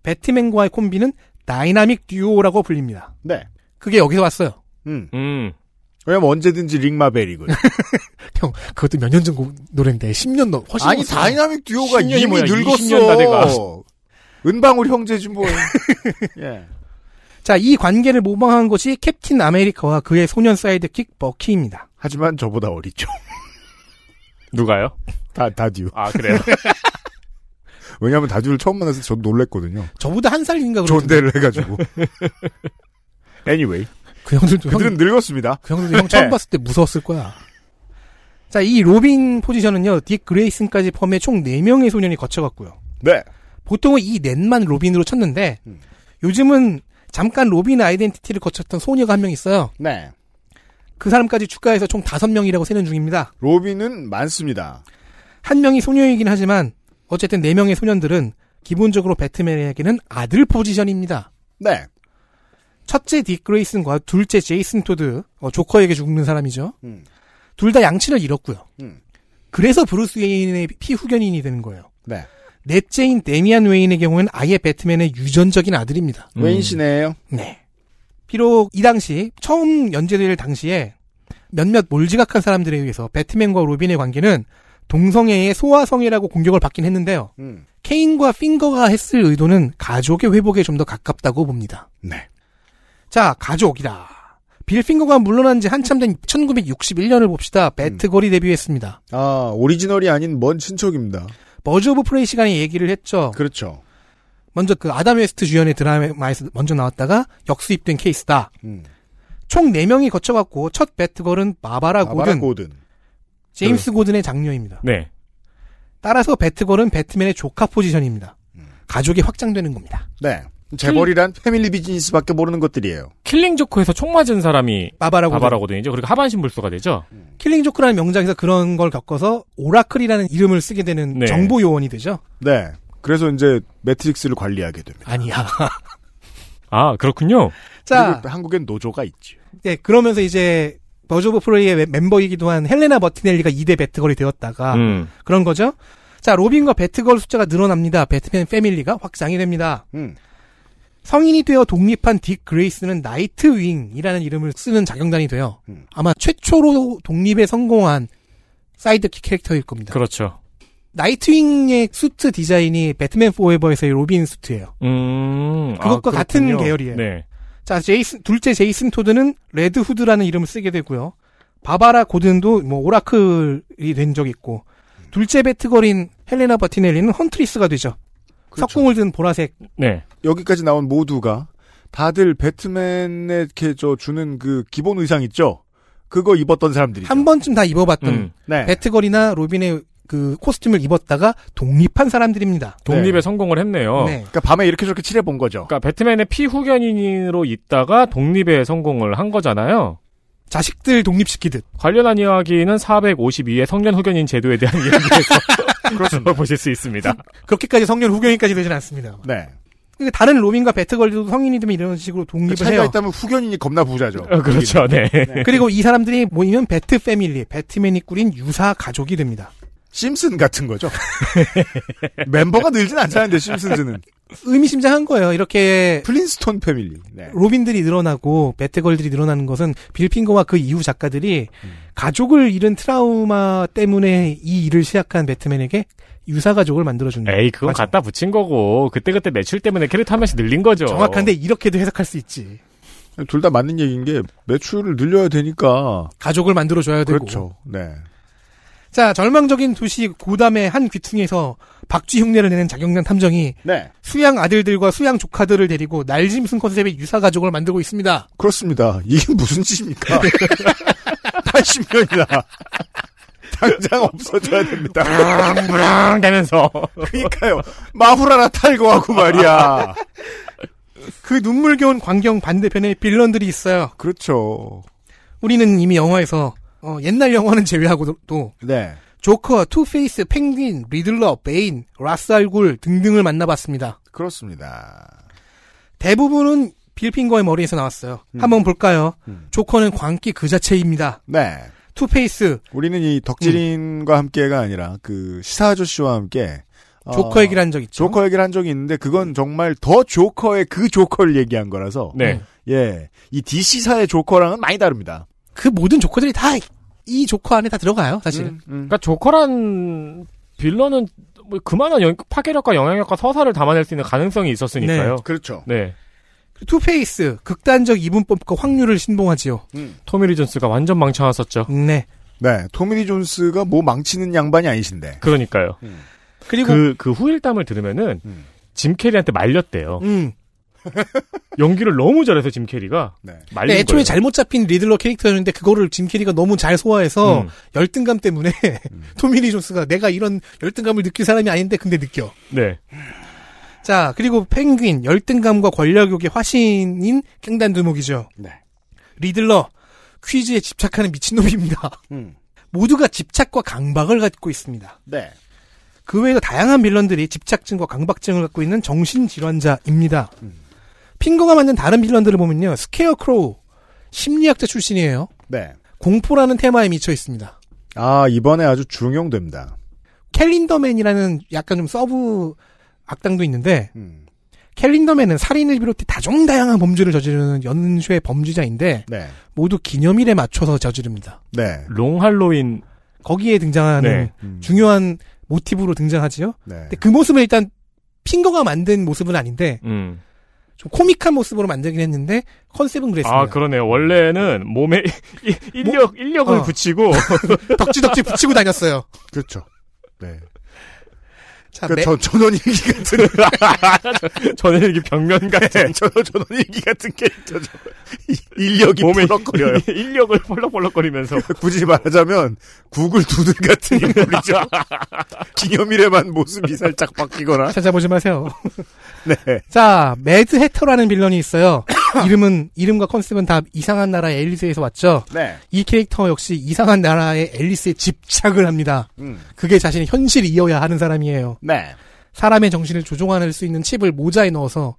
배트맨과의 콤비는 다이나믹 듀오라고 불립니다.
네.
그게 여기서 왔어요.
음.
음.
왜냐면 언제든지 링마베릭을.
형 그것도 몇 년 전 노래인데 10년 넘 훨씬
아니,
넘었어요.
다이나믹 듀오가
10년이
이미
뭐야,
늙었어.
20년 다 돼가.
은방울 형제지 뭐. 예.
자, 이 관계를 모방한 것이 캡틴 아메리카와 그의 소년 사이드킥 버키입니다.
하지만 저보다 어리죠.
누가요?
다, 다듀.
아, 그래요?
왜냐면 다듀를 처음 만났을 때 저도 놀랬거든요.
저보다 한 살인가
존대를 해가지고. anyway.
그 형들도
그들은 늙었습니다.
그 형들도 형 처음 봤을 때 무서웠을 거야. 자, 이 로빈 포지션은요, 딕 그레이슨까지 포함해 총 4명의 소년이 거쳐갔고요.
네.
보통은 이 넷만 로빈으로 쳤는데, 요즘은 잠깐 로빈 아이덴티티를 거쳤던 소녀가 한 명 있어요.
네.
그 사람까지 추가해서 총 5명이라고 세는 중입니다.
로빈은 많습니다.
한 명이 소녀이긴 하지만, 어쨌든 4명의 소년들은 기본적으로 배트맨에게는 아들 포지션입니다.
네.
첫째 딕 그레이슨과 둘째 제이슨 토드, 어, 조커에게 죽는 사람이죠.
음.
둘 다 양치를 잃었고요.
음.
그래서 브루스 웨인의 피후견인이 되는 거예요.
네.
넷째인 데미안 웨인의 경우에는 아예 배트맨의 유전적인 아들입니다.
웨인 씨네요.
네. 비록 이 당시 처음 연재될 당시에 몇몇 몰지각한 사람들에 의해서 배트맨과 로빈의 관계는 동성애의 소아성애라고 공격을 받긴 했는데요.
음.
케인과 핑거가 했을 의도는 가족의 회복에 좀 더 가깝다고 봅니다.
네.
자, 가족이다. 빌핑거가 물러난 지 한참 된 1961년을 봅시다. 배트걸이 데뷔했습니다.
아, 오리지널이 아닌 먼 친척입니다.
머즈 오브 프레이 시간에 얘기를 했죠.
그렇죠.
먼저 그 아담 웨스트 주연의 드라마에서 먼저 나왔다가 역수입된 케이스다. 네
음.
총 4명이 거쳐갔고 첫 배트걸은 마바라
아바라
고든,
고든.
제임스 고든의 장녀입니다.
네.
따라서 배트걸은 배트맨의 조카 포지션입니다. 가족이 확장되는 겁니다.
네. 재벌이란 패밀리 비즈니스밖에 모르는 것들이에요.
킬링 조커에서 총 맞은 사람이
바바라고든.
바바라고든이죠. 그리고 하반신 불소가 되죠.
킬링 조크라는 명작에서 그런 걸 겪어서 오라클이라는 이름을 쓰게 되는
네.
정보 요원이 되죠.
네. 그래서 이제 매트릭스를 관리하게 됩니다.
아니야.
아 그렇군요.
자.
그리고 한국엔 노조가 있지.
네, 그러면서 이제 버즈 오브 프레이의 멤- 멤버이기도 한 헬레나 버티넬리가 2대 배트걸이 되었다가
음.
그런 거죠. 자, 로빈과 배트걸 숫자가 늘어납니다. 배트맨 패밀리가 확장이 됩니다.
음.
성인이 되어 독립한 딕 그레이스는 나이트윙이라는 이름을 쓰는 자경단이 돼요. 아마 최초로 독립에 성공한 사이드킥 캐릭터일 겁니다.
그렇죠.
나이트윙의 수트 디자인이 배트맨 포에버에서의 로빈 수트예요.
음. 아,
그것과 같은
그렇군요.
계열이에요.
네.
자, 제이슨, 둘째 제이슨 토드는 레드 후드라는 이름을 쓰게 되고요. 바바라 고든도 뭐 오라클이 된 적이 있고, 둘째 배트걸인 헬레나 버티넬리는 헌트리스가 되죠.
그렇죠.
석궁을 든 보라색.
네.
여기까지 나온 모두가 다들 배트맨에 이렇게 저 주는 그 기본 의상 있죠? 그거 입었던 사람들이.
한 번쯤 다 입어봤던
음. 네.
배트걸이나 로빈의 그 코스튬을 입었다가 독립한 사람들입니다.
독립에 성공을 했네요.
네.
그러니까 밤에 이렇게 저렇게 칠해본 거죠.
그러니까 배트맨의 피후견인으로 있다가 독립에 성공을 한 거잖아요.
자식들 독립시키듯.
관련한 이야기는 452의 성년 후견인 제도에 대한 이야기에서 그렇습니다. 보실 수 있습니다.
그렇게까지 성년 후견인까지 되진 않습니다.
네.
그러니까 다른 로빈과 배트걸도 성인이 되면 이런 식으로 독립을
그 차이가
해요.
있다면 후견인이 겁나 부자죠.
어, 그렇죠, 네.
그리고 이 사람들이 모이면 배트 패밀리, 배트맨이 꾸린 유사 가족이 됩니다.
심슨 같은 거죠. 멤버가 늘진 않잖아요, 심슨즈는.
의미심장한 거예요. 이렇게
플린스톤 패밀리. 네.
로빈들이 늘어나고 배트걸들이 늘어나는 것은 빌핑거와 그 이후 작가들이
음.
가족을 잃은 트라우마 때문에 이 일을 시작한 배트맨에게 유사 가족을 만들어준다.
에이, 그건 갖다 붙인 거고 그때그때 매출 때문에 캐릭터 한 명씩 늘린 거죠.
정확한데 이렇게도 해석할 수 있지.
둘 다 맞는 얘기인 게 매출을 늘려야 되니까.
가족을 만들어줘야 아, 되고.
그렇죠. 네.
자, 절망적인 도시 고담의 한 귀퉁이에서 박쥐 흉내를 내는 자경단 탐정이
네.
수양 아들들과 수양 조카들을 데리고 날짐승 컨셉의 유사 가족을 만들고 있습니다.
그렇습니다. 이게 무슨 짓입니까? 80년이나. 당장 없어져야 됩니다.
부랑부랑 되면서.
그니까요. 마후라나 탈거하고 말이야.
그 눈물겨운 광경 반대편에 빌런들이 있어요.
그렇죠.
우리는 이미 영화에서 어, 옛날 영화는 제외하고도
네.
조커, 투페이스, 펭귄, 리들러, 베인, 라스알굴 등등을 만나봤습니다.
그렇습니다.
대부분은 빌핑거의 머리에서 나왔어요. 한번 볼까요? 조커는 광기 그 자체입니다.
네.
투페이스
우리는 이 덕질인과 함께가 아니라 그 시사 아저씨와 함께 어,
조커 얘기를 한 적 있죠.
조커 얘기를 한 적이 있는데 그건 정말 더 조커의 그 조커를 얘기한 거라서
네.
예. 이 DC사의 조커랑은 많이 다릅니다.
그 모든 조커들이 다 이 조커 안에 다 들어가요,
음.
사실은.
그러니까 조커란 빌런은 뭐 그만한 영- 파괴력과 영향력과 서사를 담아낼 수 있는 가능성이 있었으니까요.
네,
그렇죠.
네.
투페이스 극단적 이분법과 확률을 신봉하지요.
토미 리존스가 완전 망쳐놨었죠.
네.
네. 토미리 존스가 뭐 망치는 양반이 아니신데.
그러니까요.
그리고
그, 그 후일담을 들으면은 짐 캐리한테 말렸대요.
음.
연기를 너무 잘해서 짐 캐리가
네.
말린
근데 네, 애초에
거예요.
잘못 잡힌 리들러 캐릭터였는데 그거를 짐 캐리가 너무 잘 소화해서
음.
열등감 때문에 토미 리 존스가 내가 이런 열등감을 느낄 사람이 아닌데 근데 느껴.
네.
자 그리고 펭귄 열등감과 권력욕의 화신인 깽단두목이죠. 리들러 퀴즈에 집착하는 미친놈입니다. 모두가 집착과 강박을 갖고 있습니다.
음, 네.
그 외에도 다양한 빌런들이 집착증과 강박증을 갖고 있는 정신질환자입니다. 핑거가 만든 다른 빌런들을 보면요. 스케어크로우, 심리학자 출신이에요.
네.
공포라는 테마에 미쳐 있습니다.
아, 이번에 아주 중용됩니다.
캘린더맨이라는 약간 좀 서브 악당도 있는데,
음.
캘린더맨은 살인을 비롯해 다종다양한 범죄를 저지르는 연쇄 범죄자인데,
네.
모두 기념일에 맞춰서 저지릅니다.
네.
롱 할로윈
거기에 등장하는
네.
음.
중요한 모티브로 등장하지요.
네.
근데 그 모습은 일단 핑거가 만든 모습은 아닌데
음.
좀 코믹한 모습으로 만들긴 했는데 컨셉은 그랬습니다.
아, 그러네요. 원래는 몸에 이- 인력, 인력을
어.
붙이고.
덕지덕지 붙이고 다녔어요.
그렇죠. 네. 그렇죠.
자,
그
매-
전, 전원일기 같은.
전원일기 벽면 같은.
네, 전, 전원일기 같은 캐릭터죠. 이- 인력이 벌럭거려요.
인력을 벌럭벌럭거리면서.
굳이 말하자면, 구글 두들 같은 인물이죠. 기념일에만 모습이 살짝 바뀌거나.
찾아보지 마세요.
네.
자, 매드 해터라는 빌런이 있어요. 이름은 이름과 컨셉은 다 이상한 나라의 앨리스에서 왔죠.
네.
이 캐릭터 역시 이상한 나라의 앨리스에 집착을 합니다.
음.
그게 자신의 현실이어야 하는 사람이에요.
네.
사람의 정신을 조종할 수 있는 칩을 모자에 넣어서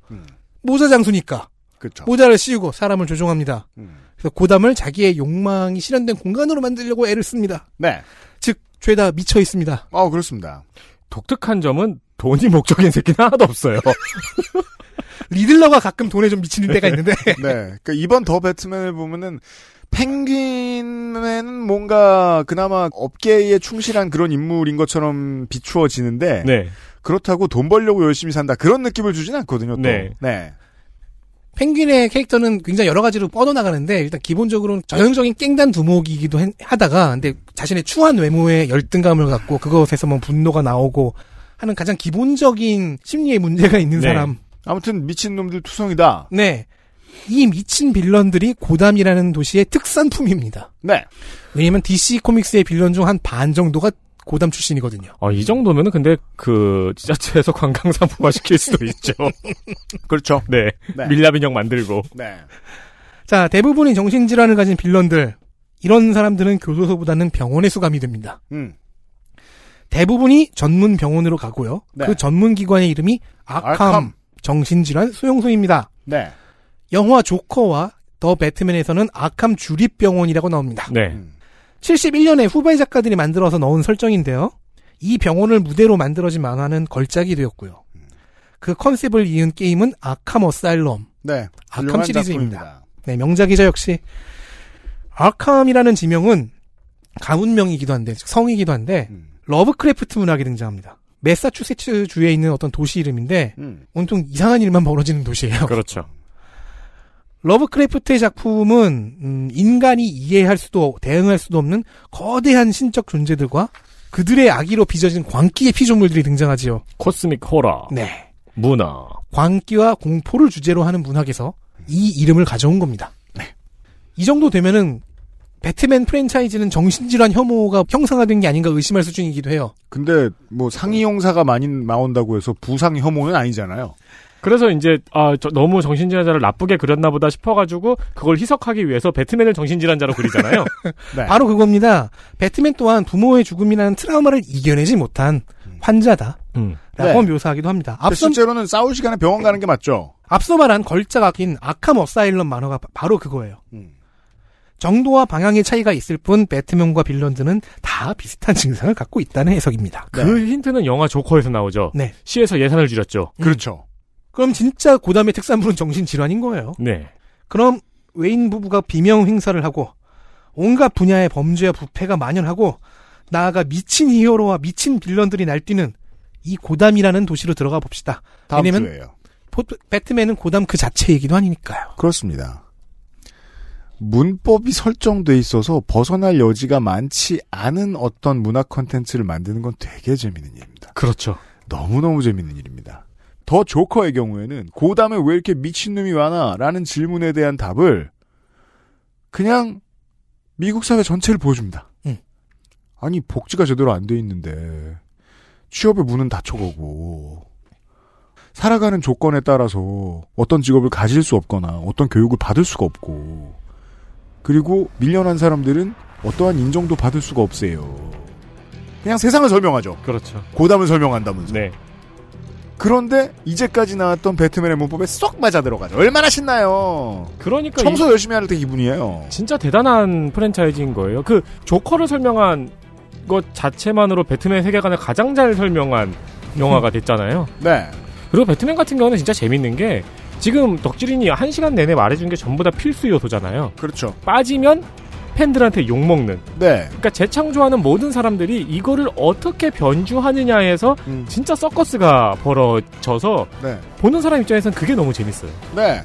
모자 장수니까
그쵸. 음.
모자를 씌우고 사람을 조종합니다. 그래서 고담을 자기의 욕망이 실현된 공간으로 만들려고 애를 씁니다.
네.
즉 죄다 미쳐 있습니다.
어 그렇습니다.
독특한 점은 돈이 목적인 새끼는 하나도 없어요.
리들러가 가끔 돈에 좀 미치는 때가 있는데.
네. 그 이번 더 배트맨을 보면은 펭귄은 뭔가 그나마 업계에 충실한 그런 인물인 것처럼 비추어지는데
네.
그렇다고 돈 벌려고 열심히 산다 그런 느낌을 주진 않거든요. 또.
네.
네.
펭귄의 캐릭터는 굉장히 여러 가지로 뻗어나가는데 일단 기본적으로는 전형적인 깽단 두목이기도 한- 하다가 근데 자신의 추한 외모에 열등감을 갖고 그것에서만 뭐 분노가 나오고 하는 가장 기본적인 심리의 문제가 있는
네.
사람.
아무튼 미친 놈들 투성이다.
네. 이 미친 빌런들이 고담이라는 도시의 특산품입니다.
네.
왜냐면 DC 코믹스의 빌런 중 한 반 정도가 고담 출신이거든요.
아, 이 정도면은 근데 그 지자체에서 관광 상품화 시킬 수도 있죠.
그렇죠.
네.
네.
밀랍 인형 만들고.
네.
자, 대부분이 정신질환을 가진 빌런들. 이런 사람들은 교도소보다는 병원에 수감이 됩니다.
음.
대부분이 전문 병원으로 가고요.
네.
그 전문 기관의 이름이 아캄,
아캄.
정신질환 수용소입니다.
네.
영화 조커와 더 배트맨에서는 아캄 주립병원이라고 나옵니다.
네.
음.
71년에 후배 작가들이 만들어서 넣은 설정인데요. 이 병원을 무대로 만들어진 만화는 걸작이 되었고요. 그 컨셉을 이은 게임은 아캄 어사일럼.
네.
아캄
훌륭한
시리즈입니다.
작품입니다.
네, 명작이죠 역시. 아캄이라는 지명은 가문명이기도 한데 즉 성이기도 한데
음.
러브크래프트 문학이 등장합니다. 매사추세츠 주에 있는 어떤 도시 이름인데
음.
온통 이상한 일만 벌어지는 도시예요.
그렇죠.
러브크래프트의 작품은 음, 인간이 이해할 수도 대응할 수도 없는 거대한 신적 존재들과 그들의 악의로 빚어진 광기의 피조물들이 등장하지요.
코스믹 호러.
네.
문화.
광기와 공포를 주제로 하는 문학에서 이 이름을 가져온 겁니다. 이 정도 되면은 배트맨 프랜차이즈는 정신질환 혐오가 형상화된 게 아닌가 의심할 수준이기도 해요.
근데 뭐 상위 용사가 많이 나온다고 해서 부상 혐오는 아니잖아요.
그래서 이제 아, 저- 너무 정신질환자를 나쁘게 그렸나 보다 싶어가지고 그걸 희석하기 위해서 배트맨을 정신질환자로 그리잖아요.
네.
네. 바로 그겁니다. 배트맨 또한 부모의 죽음이라는 트라우마를 이겨내지 못한 환자다라고
음.
네.
묘사하기도 합니다.
근데
앞서
실제로는 싸울 시간에 병원 가는 게 맞죠.
앞서 말한 걸작악인 아캄 어사일럼 만화가 바- 바로 그거예요. 정도와 방향의 차이가 있을 뿐 배트맨과 빌런드는 다 비슷한 증상을 갖고 있다는 해석입니다.
음.
그 힌트는 영화 조커에서 나오죠.
네.
시에서 예산을 줄였죠.
그렇죠.
그럼 진짜 고담의 특산물은 정신질환인 거예요.
네.
그럼 외인 부부가 비명 행사를 하고 온갖 분야의 범죄와 부패가 만연하고 나아가 미친 히어로와 미친 빌런들이 날뛰는 이 고담이라는 도시로 들어가 봅시다.
다음
왜냐면
주에요.
포- 배트맨은 고담 그 자체이기도 하니까요.
그렇습니다. 문법이 설정돼 있어서 벗어날 여지가 많지 않은 어떤 문화 컨텐츠를 만드는 건 되게 재밌는 일입니다.
그렇죠.
너무너무 재밌는 일입니다. 더 조커의 경우에는 고담에 왜 이렇게 미친놈이 많아? 라는 질문에 대한 답을 그냥 미국 사회 전체를 보여줍니다.
응.
아니 복지가 제대로 안 돼 있는데 취업의 문은 닫혀가고 살아가는 조건에 따라서 어떤 직업을 가질 수 없거나 어떤 교육을 받을 수가 없고 그리고 밀려난 사람들은 어떠한 인정도 받을 수가 없어요. 그냥 세상을 설명하죠.
그렇죠.
고담을 설명한다면서.
네.
그런데 이제까지 나왔던 배트맨의 문법에 쏙 맞아 들어가죠. 얼마나 신나요.
그러니까
청소
이-
열심히 할 때 기분이에요.
진짜 대단한 프랜차이즈인 거예요. 그 조커를 설명한 것 자체만으로 배트맨 세계관을 가장 잘 설명한 영화가 됐잖아요.
네.
그리고 배트맨 같은 경우는 진짜 재밌는 게 지금 덕질인이 한 시간 내내 말해준 게 전부 다 필수 요소잖아요.
그렇죠.
빠지면 팬들한테 욕 먹는.
네.
그러니까 재창조하는 모든 사람들이 이거를 어떻게 변주하느냐에서 진짜 서커스가 벌어져서
네.
보는 사람 입장에선 그게 너무 재밌어요.
네.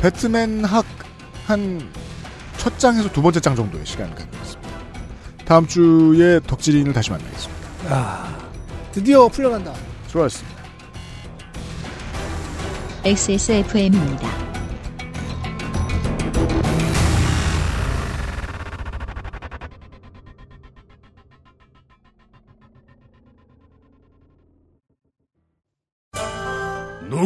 배트맨 학 한 첫 장에서 두 번째 장 정도의 시간을 갖고 있습니다. 다음 주에 덕질인을 다시 만나겠습니다.
아, 드디어 풀려간다.
좋았습니다.
XSFM입니다.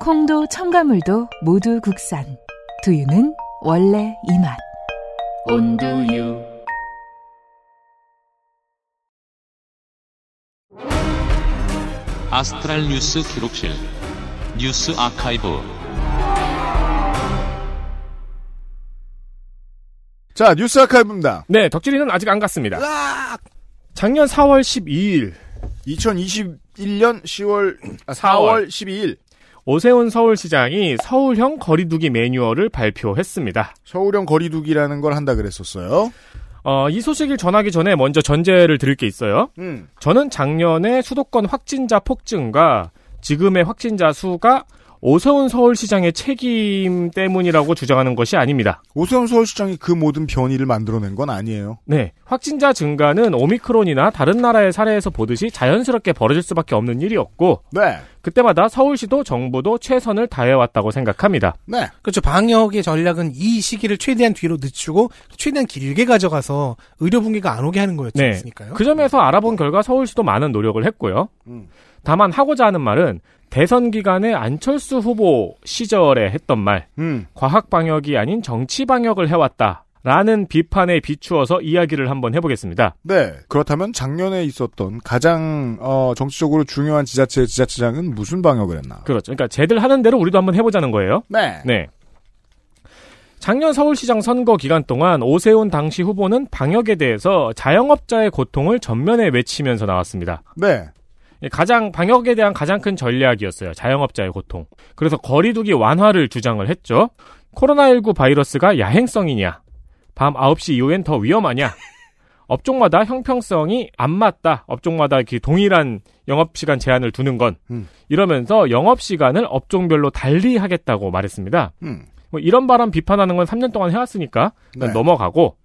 콩도 첨가물도 모두 국산 두유는 원래 이 맛 온두유
아스트랄 뉴스 기록실 뉴스 아카이브
자, 뉴스 아카이브입니다.
네, 덕질이는 아직 안 갔습니다. 작년 4월 12일.
2021년 10월, 아, 4월
4월
12일.
오세훈 서울시장이 서울형 거리두기 매뉴얼을 발표했습니다.
서울형 거리두기라는 걸 한다 그랬었어요.
어, 이 소식을 전하기 전에 먼저 전제를 드릴 게 있어요.
음.
저는 작년에 수도권 확진자 폭증과 지금의 확진자 수가 오세훈 서울시장의 책임 때문이라고 주장하는 것이 아닙니다.
오세훈 서울시장이 그 모든 변이를 만들어낸 건 아니에요.
네. 확진자 증가는 오미크론이나 다른 나라의 사례에서 보듯이 자연스럽게 벌어질 수밖에 없는 일이었고,
네.
그때마다 서울시도 정부도 최선을 다해왔다고 생각합니다.
네.
그렇죠. 방역의 전략은 이 시기를 최대한 뒤로 늦추고 최대한 길게 가져가서 의료 붕괴가 안 오게 하는 거였지
네.
않습니까?
그 점에서 알아본 결과 서울시도 많은 노력을 했고요.
음.
다만 하고자 하는 말은 대선 기간에 안철수 후보 시절에 했던 말,
음.
과학 방역이 아닌 정치 방역을 해왔다. 라는 비판에 비추어서 이야기를 한번 해보겠습니다.
네. 그렇다면 작년에 있었던 가장, 어, 정치적으로 중요한 지자체의 지자체장은 무슨 방역을 했나?
그렇죠. 그러니까 쟤들 하는 대로 우리도 한번 해보자는 거예요.
네.
네. 작년 서울시장 선거 기간 동안 오세훈 당시 후보는 방역에 대해서 자영업자의 고통을 전면에 외치면서 나왔습니다.
네.
예, 가장 방역에 대한 가장 큰 전략이었어요. 자영업자의 고통. 그래서 거리두기 완화를 주장을 했죠. 코로나19 바이러스가 야행성이냐? 밤 9시 이후엔 더 위험하냐? 업종마다 형평성이 안 맞다. 업종마다 이렇게 동일한 영업시간 제한을 두는 건.
음.
이러면서 영업시간을 업종별로 달리 하겠다고 말했습니다.
음.
뭐 이런 발언 비판하는 건 3년 동안 해왔으니까 그냥
네.
넘어가고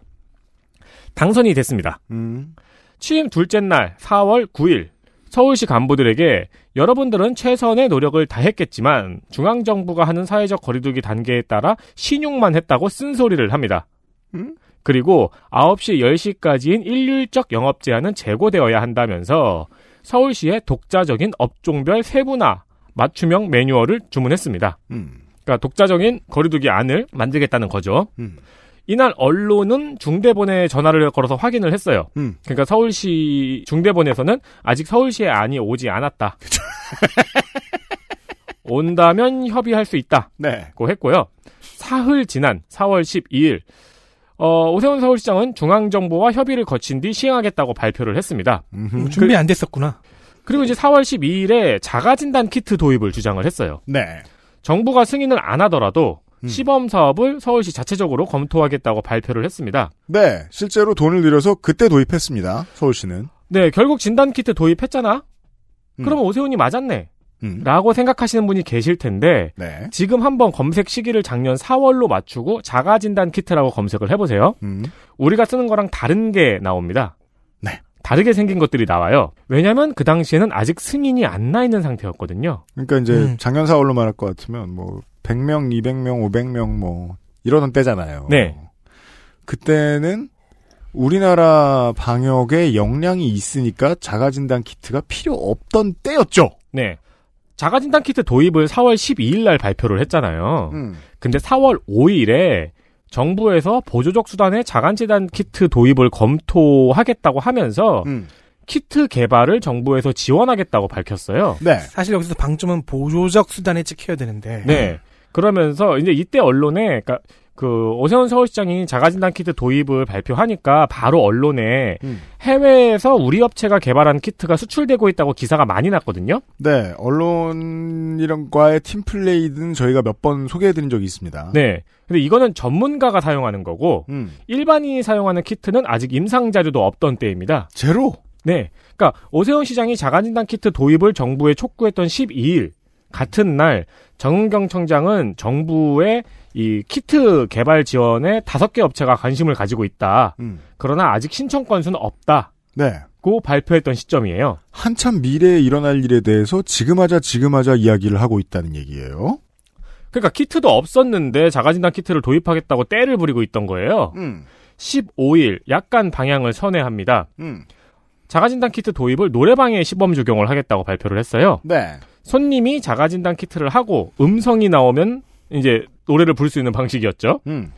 당선이 됐습니다.
음.
취임 둘째 날 4월 9일 서울시 간부들에게 여러분들은 최선의 노력을 다했겠지만 중앙정부가 하는 사회적 거리두기 단계에 따라 신용만 했다고 쓴소리를 합니다.
음?
그리고 9시 10시까지인 일률적 영업 제한은 제고되어야 한다면서 서울시의 독자적인 업종별 세분화 맞춤형 매뉴얼을 주문했습니다.
음.
그러니까 독자적인 거리두기 안을 만들겠다는 거죠.
음.
이날 언론은 중대본에 전화를 걸어서 확인을 했어요.
음.
그러니까 서울시 중대본에서는 아직 서울시의 안이 오지 않았다. 온다면 협의할 수 있다.
네.
고 했고요. 사흘 지난 4월 12일 어, 오세훈 서울시장은 중앙정부와 협의를 거친 뒤 시행하겠다고 발표를 했습니다.
음, 준비 안 됐었구나.
그리고 이제 4월 12일에 자가진단 키트 도입을 주장을 했어요.
네.
정부가 승인을 안 하더라도
음.
시범 사업을 서울시 자체적으로 검토하겠다고 발표를 했습니다.
네. 실제로 돈을 들여서 그때 도입했습니다. 서울시는.
네, 결국 진단 키트 도입했잖아.
음.
그러면 오세훈이 맞았네.
음.
라고 생각하시는 분이 계실 텐데
네.
지금 한번 검색 시기를 작년 4월로 맞추고 자가 진단 키트라고 검색을 해 보세요.
음.
우리가 쓰는 거랑 다른 게 나옵니다.
네.
다르게 생긴 것들이 나와요. 왜냐면 그 당시에는 아직 승인이 안 나 있는 상태였거든요.
그러니까 이제
음.
작년 4월로 말할 것 같으면 뭐 100명, 200명, 500명 뭐 이러던 때잖아요.
네.
그때는 우리나라 방역에 역량이 있으니까 자가진단 키트가 필요 없던 때였죠.
네. 자가 진단 키트 도입을 4월 12일 날 발표를 했잖아요.
음.
근데 4월 5일에 정부에서 보조적 수단의 자간치단 키트 도입을 검토하겠다고 하면서
음.
키트 개발을 정부에서 지원하겠다고 밝혔어요.
네.
사실 여기서 방점은 보조적 수단에 찍혀야 되는데.
네. 그러면서 이제 이때 언론에 그러니까 그 오세훈 서울시장이 자가진단 키트 도입을 발표하니까 바로 언론에 해외에서 우리 업체가 개발한 키트가 수출되고 있다고 기사가 많이 났거든요.
네, 언론이랑과의 팀플레이는 저희가 몇 번 소개해드린 적이 있습니다.
네. 근데 이거는 전문가가 사용하는 거고
음.
일반인이 사용하는 키트는 아직 임상 자료도 없던 때입니다.
제로.
네. 그러니까 오세훈 시장이 자가진단 키트 도입을 정부에 촉구했던 12일 같은 날 정은경 청장은 정부의 이 키트 개발 지원에 다섯 개 업체가 관심을 가지고 있다.
음.
그러나 아직 신청 건수는 없다.
네.
고 발표했던 시점이에요.
한참 미래에 일어날 일에 대해서 지금 하자 지금 하자 이야기를 하고 있다는 얘기예요.
그러니까 키트도 없었는데 자가진단 키트를 도입하겠다고 때를 부리고 있던 거예요.
음,
15일 약간 방향을 선회합니다.
음.
자가진단 키트 도입을 노래방에 시범 적용을 하겠다고 발표를 했어요.
네.
손님이 자가진단 키트를 하고 음성이 나오면 이제 노래를 부를 수 있는 방식이었죠.
음,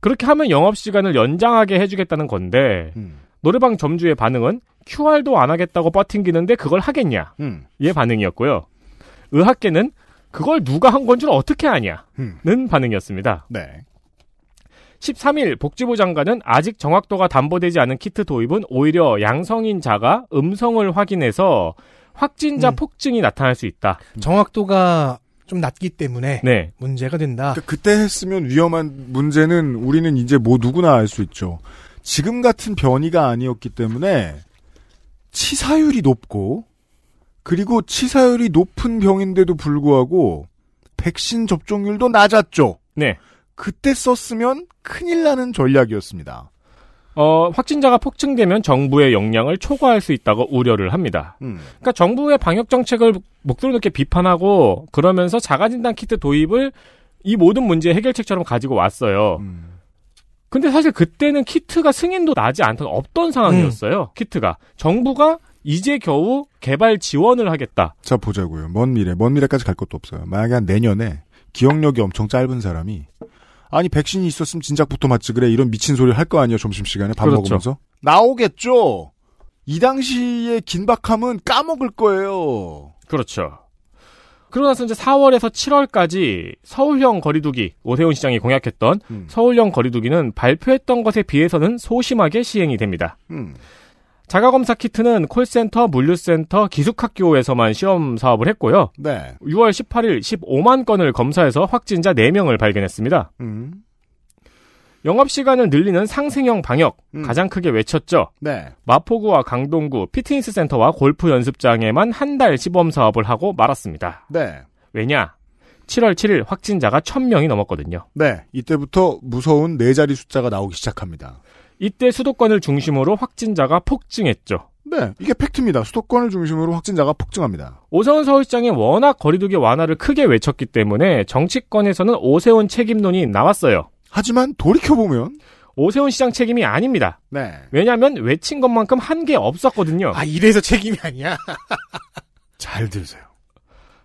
그렇게 하면 영업 시간을 연장하게 해주겠다는 건데
음.
노래방 점주의 반응은 QR도 안 하겠다고 버팅기는데 그걸 하겠냐?
음.
얘 반응이었고요. 의학계는 그걸 누가 한 건 줄 어떻게 아냐는 반응이었습니다.
네.
13일 복지부 장관은 아직 정확도가 담보되지 않은 키트 도입은 오히려 양성인 자가 음성을 확인해서 확진자 폭증이 나타날 수 있다.
정확도가 좀 낮기 때문에
네.
문제가 된다.
아. 그때 했으면 위험한 문제는 우리는 이제 뭐 누구나 알 수 있죠. 지금 같은 변이가 아니었기 때문에 치사율이 높고 그리고 치사율이 높은 병인데도 불구하고 백신 접종률도 낮았죠.
네.
그때 썼으면 큰일 나는 전략이었습니다.
어, 확진자가 폭증되면 정부의 역량을 초과할 수 있다고 우려를 합니다.
음.
그러니까 정부의 방역 정책을 목소리 높게 비판하고 그러면서 자가진단 키트 도입을 이 모든 문제 의 해결책처럼 가지고 왔어요.
음.
근데 사실 그때는 키트가 승인도 나지 않던 없던 상황이었어요. 키트가 정부가 이제 겨우 개발 지원을 하겠다.
자 보자고요. 먼 미래, 먼 미래까지 갈 것도 없어요. 만약에 한 내년에 기억력이 엄청 짧은 사람이 아니 백신이 있었으면 진작부터 맞지 그래 이런 미친 소리 를 할 거 아니야 점심 시간에 밥
그렇죠.
먹으면서 나오겠죠. 이 당시의 긴박함은 까먹을 거예요.
그렇죠. 그러고 나서 이제 4월에서 7월까지 서울형 거리두기, 오세훈 시장이 공약했던 서울형 거리두기는 발표했던 것에 비해서는 소심하게 시행이 됩니다.
음.
자가검사 키트는 콜센터, 물류센터, 기숙학교에서만 시험 사업을 했고요.
네.
6월 18일 15만 건을 검사해서 확진자 4명을 발견했습니다. 영업시간을 늘리는 상생형 방역, 가장 크게 외쳤죠.
음, 네.
마포구와 강동구, 피트니스 센터와 골프 연습장에만 한 달 시범 사업을 하고 말았습니다.
네.
왜냐? 7월 7일 확진자가 1000명이 넘었거든요.
네. 이때부터 무서운 네 자리 숫자가 나오기 시작합니다.
이때 수도권을 중심으로 확진자가 폭증했죠.
네. 이게 팩트입니다. 수도권을 중심으로 확진자가 폭증합니다.
오세훈 서울시장이 워낙 거리두기 완화를 크게 외쳤기 때문에 정치권에서는 오세훈 책임론이 나왔어요.
하지만 돌이켜보면
오세훈 시장 책임이 아닙니다.
네.
왜냐하면 외친 것만큼 한 게 없었거든요.
아 이래서 책임이 아니야.
잘 들으세요.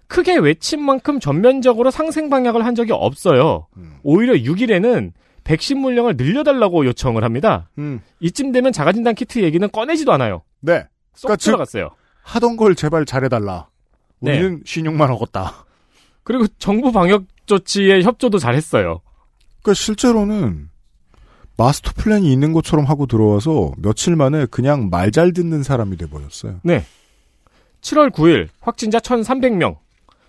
크게 외친 만큼 전면적으로 상생 방역을 한 적이 없어요. 오히려 6일에는 백신 물량을 늘려달라고 요청을 합니다.
음.
이쯤 되면 자가진단 키트 얘기는 꺼내지도 않아요.
네.
쏙 들어갔어요.
하던 걸 제발 잘해달라.
네.
우리는 신용만 얻었다.
그리고 정부 방역 조치에 협조도 잘했어요.
그러니까 실제로는 마스터 플랜이 있는 것처럼 하고 들어와서 며칠 만에 그냥 말 잘 듣는 사람이 돼버렸어요.
네. 7월 9일 확진자 1,300명.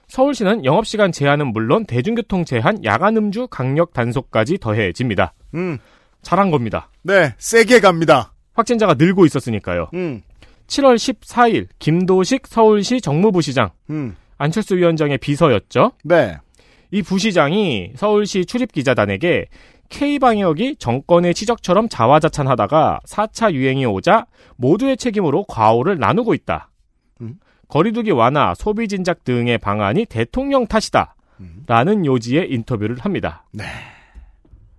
서울시는 영업시간 제한은 물론 대중교통 제한, 야간 음주 강력 단속까지 더해집니다.
음.
잘한 겁니다.
네, 세게 갑니다.
확진자가 늘고 있었으니까요.
음.
7월 14일 김도식 서울시 정무부시장
음.
안철수 위원장의 비서였죠.
네.
이 부시장이 서울시 출입 기자단에게 K 방역이 정권의 치적처럼 자화자찬하다가 4차 유행이 오자 모두의 책임으로 과오를 나누고 있다. 거리두기 완화, 소비 진작 등의 방안이 대통령 탓이다. 라는 요지의 인터뷰를 합니다.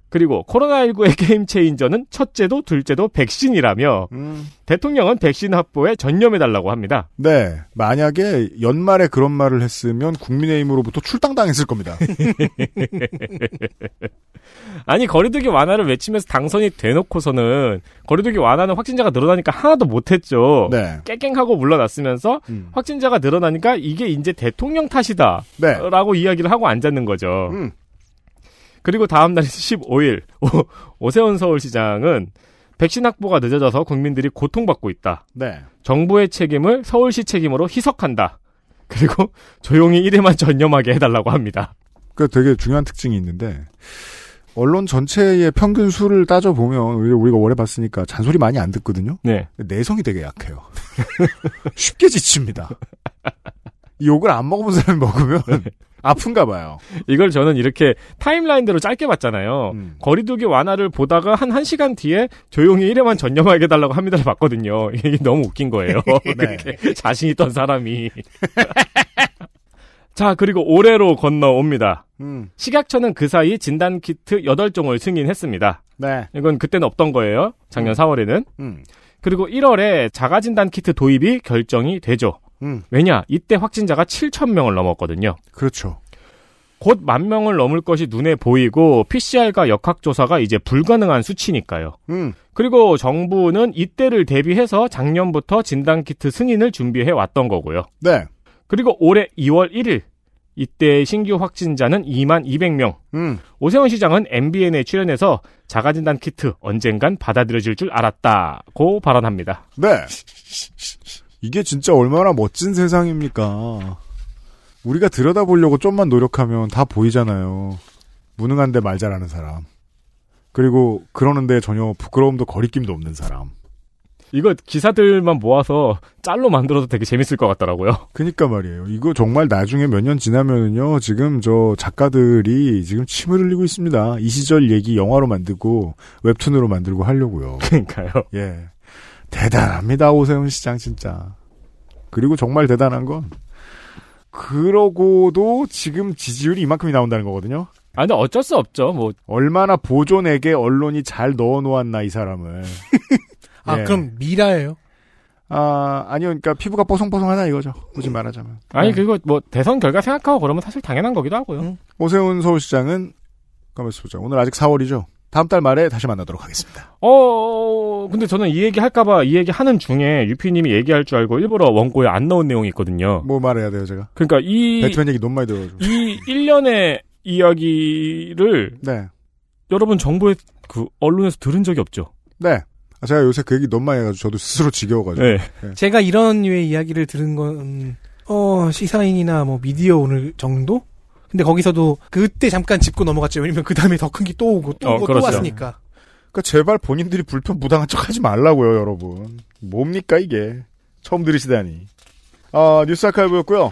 그리고 코로나19의 게임 체인저는 첫째도 둘째도 백신이라며 대통령은 백신 확보에 전념해달라고 합니다.
네. 만약에 연말에 그런 말을 했으면 국민의힘으로부터 출당당했을 겁니다.
아니 거리두기 완화를 외치면서 당선이 돼놓고서는 거리두기 완화는 확진자가 늘어나니까 하나도 못했죠.
네.
깨깽하고 물러났으면서
음.
확진자가
네. 어. 음.
늘어나니까 이게 이제 대통령 탓이다라고 이야기를 하고 앉았는 거죠. 그리고 다음 날인 15일 오, 세훈 서울시장은 백신 확보가 늦어져서 국민들이 고통받고 있다.
네.
정부의 책임을 서울시 책임으로 희석한다. 그리고 조용히 일에만 전념하게 해달라고 합니다.
그 되게 중요한 특징이 있는데 언론 전체의 평균 수를 따져 보면 우리가 오래 봤으니까 잔소리 많이 안 듣거든요.
네.
내성이 되게 약해요. 쉽게 지칩니다. 이 욕을 안 먹어본 사람이 먹으면 아픈가 봐요.
이걸 저는 이렇게 타임라인대로 짧게
음.
봤잖아요. 거리두기 완화를 보다가 한 1시간 뒤에 조용히 일에만 전념하게 해달라고 합니다를 봤거든요. 이게 너무 웃긴 거예요.
네.
그렇게 자신 있던 사람이. 자, 그리고 올해로 건너옵니다.
음.
식약처는 그 사이 진단키트 8종을 승인했습니다.
네.
이건 그때는 없던 거예요. 작년 4월에는.
음.
그리고 1월에 자가진단키트 도입이 결정이 되죠.
음.
왜냐? 이때 확진자가 7,000명을 넘었거든요.
그렇죠.
곧 만 명을 넘을 것이 눈에 보이고 PCR과 역학조사가 이제 불가능한 수치니까요.
음.
그리고 정부는 이때를 대비해서 작년부터 진단키트 승인을 준비해 왔던 거고요.
네.
그리고 올해 2월 1일 이때 신규 확진자는 2만 200명.
음.
오세훈 시장은 MBN에 출연해서 자가진단 키트 언젠간 받아들여질 줄 알았다고 발언합니다.
네. 이게 진짜 얼마나 멋진 세상입니까. 우리가 들여다보려고 좀만 노력하면 다 보이잖아요. 무능한데 말 잘하는 사람. 그리고 그러는데 전혀 부끄러움도 거리낌도 없는 사람.
이거 기사들만 모아서 짤로 만들어도 되게 재밌을 것 같더라고요.
그니까 말이에요. 이거 정말 나중에 몇 년 지나면은요, 지금 저 작가들이 지금 침을 흘리고 있습니다. 이 시절 얘기 영화로 만들고, 웹툰으로 만들고 하려고요.
그러니까요.
예. 대단합니다, 오세훈 시장, 진짜. 그리고 정말 대단한 건, 그러고도 지금 지지율이 이만큼이 나온다는 거거든요.
아, 근데 어쩔 수 없죠. 뭐.
얼마나 보존에게 언론이 잘 넣어놓았나, 이 사람을.
아,
네.
예.
그럼 미라예요?
아, 아니요. 그러니까 피부가 뽀송뽀송하다 이거죠. 굳이 말하자면.
아니
네.
그리고 뭐 대선 결과 생각하고 그러면 사실 당연한 거기도 하고요.
오세훈 서울시장은 가만있어 보자. 오늘 아직 4월이죠. 다음 달 말에 다시 만나도록 하겠습니다.
어, 어, 근데 저는 이 얘기 할까봐 이 얘기 하는 중에 유피님이 얘기할 줄 알고 일부러 원고에 안 넣은 내용이 있거든요.
뭐 말해야 돼요, 제가?
그러니까 이
베트남 얘기 너무 많이 들어가지고.
이 1년의 이야기를
네.
여러분 정부의 그 언론에서 들은 적이 없죠.
네. 아, 제가 요새 그 얘기 너무 많이 해가지고 저도 스스로 지겨워가지고.
네.
네.
제가 이런 류의 이야기를 들은 건, 어, 시사인이나 뭐 미디어 오늘 정도? 근데 거기서도 그때 잠깐 짚고 넘어갔죠. 왜냐면 그 다음에 더 큰 게 또 오고 또
어,
오고
그렇죠.
또 왔으니까.
그러니까 제발 본인들이 불편 부당한 척 하지 말라고요, 여러분. 뭡니까, 이게. 처음 들으시다니. 아, 뉴스 아카이브였고요.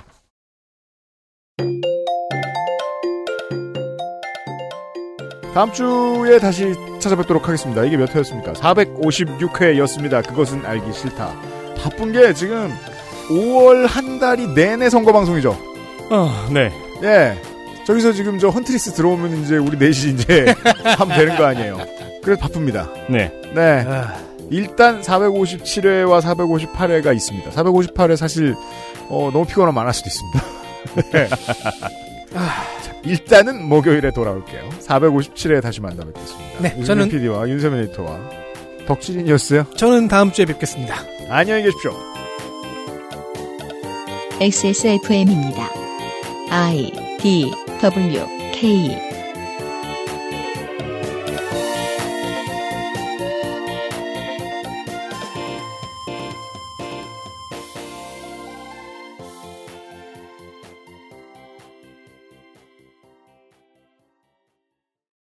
다음 주에 다시 찾아뵙도록 하겠습니다. 이게 몇 회였습니까? 456회였습니다. 그것은 알기 싫다. 바쁜 게 지금 5월 한 달이 내내 선거 방송이죠.
아, 네.
예. 저기서 지금 저 헌트리스 들어오면 이제 우리 넷이 이제 하면 되는 거 아니에요. 그래서 바쁩니다.
네.
네.
아,
일단 457회와 458회가 있습니다. 458회 사실 어, 너무 피곤하면 많을 수도 있습니다. 네. 아, 자, 일단은 목요일에 돌아올게요. 457회에 다시 만나뵙겠습니다.
네, 저는-
PD와 윤세민 에디터와 덕질인이었어요.
저는 다음 주에 뵙겠습니다.
안녕히 계십시오.
XSFM입니다. I D W K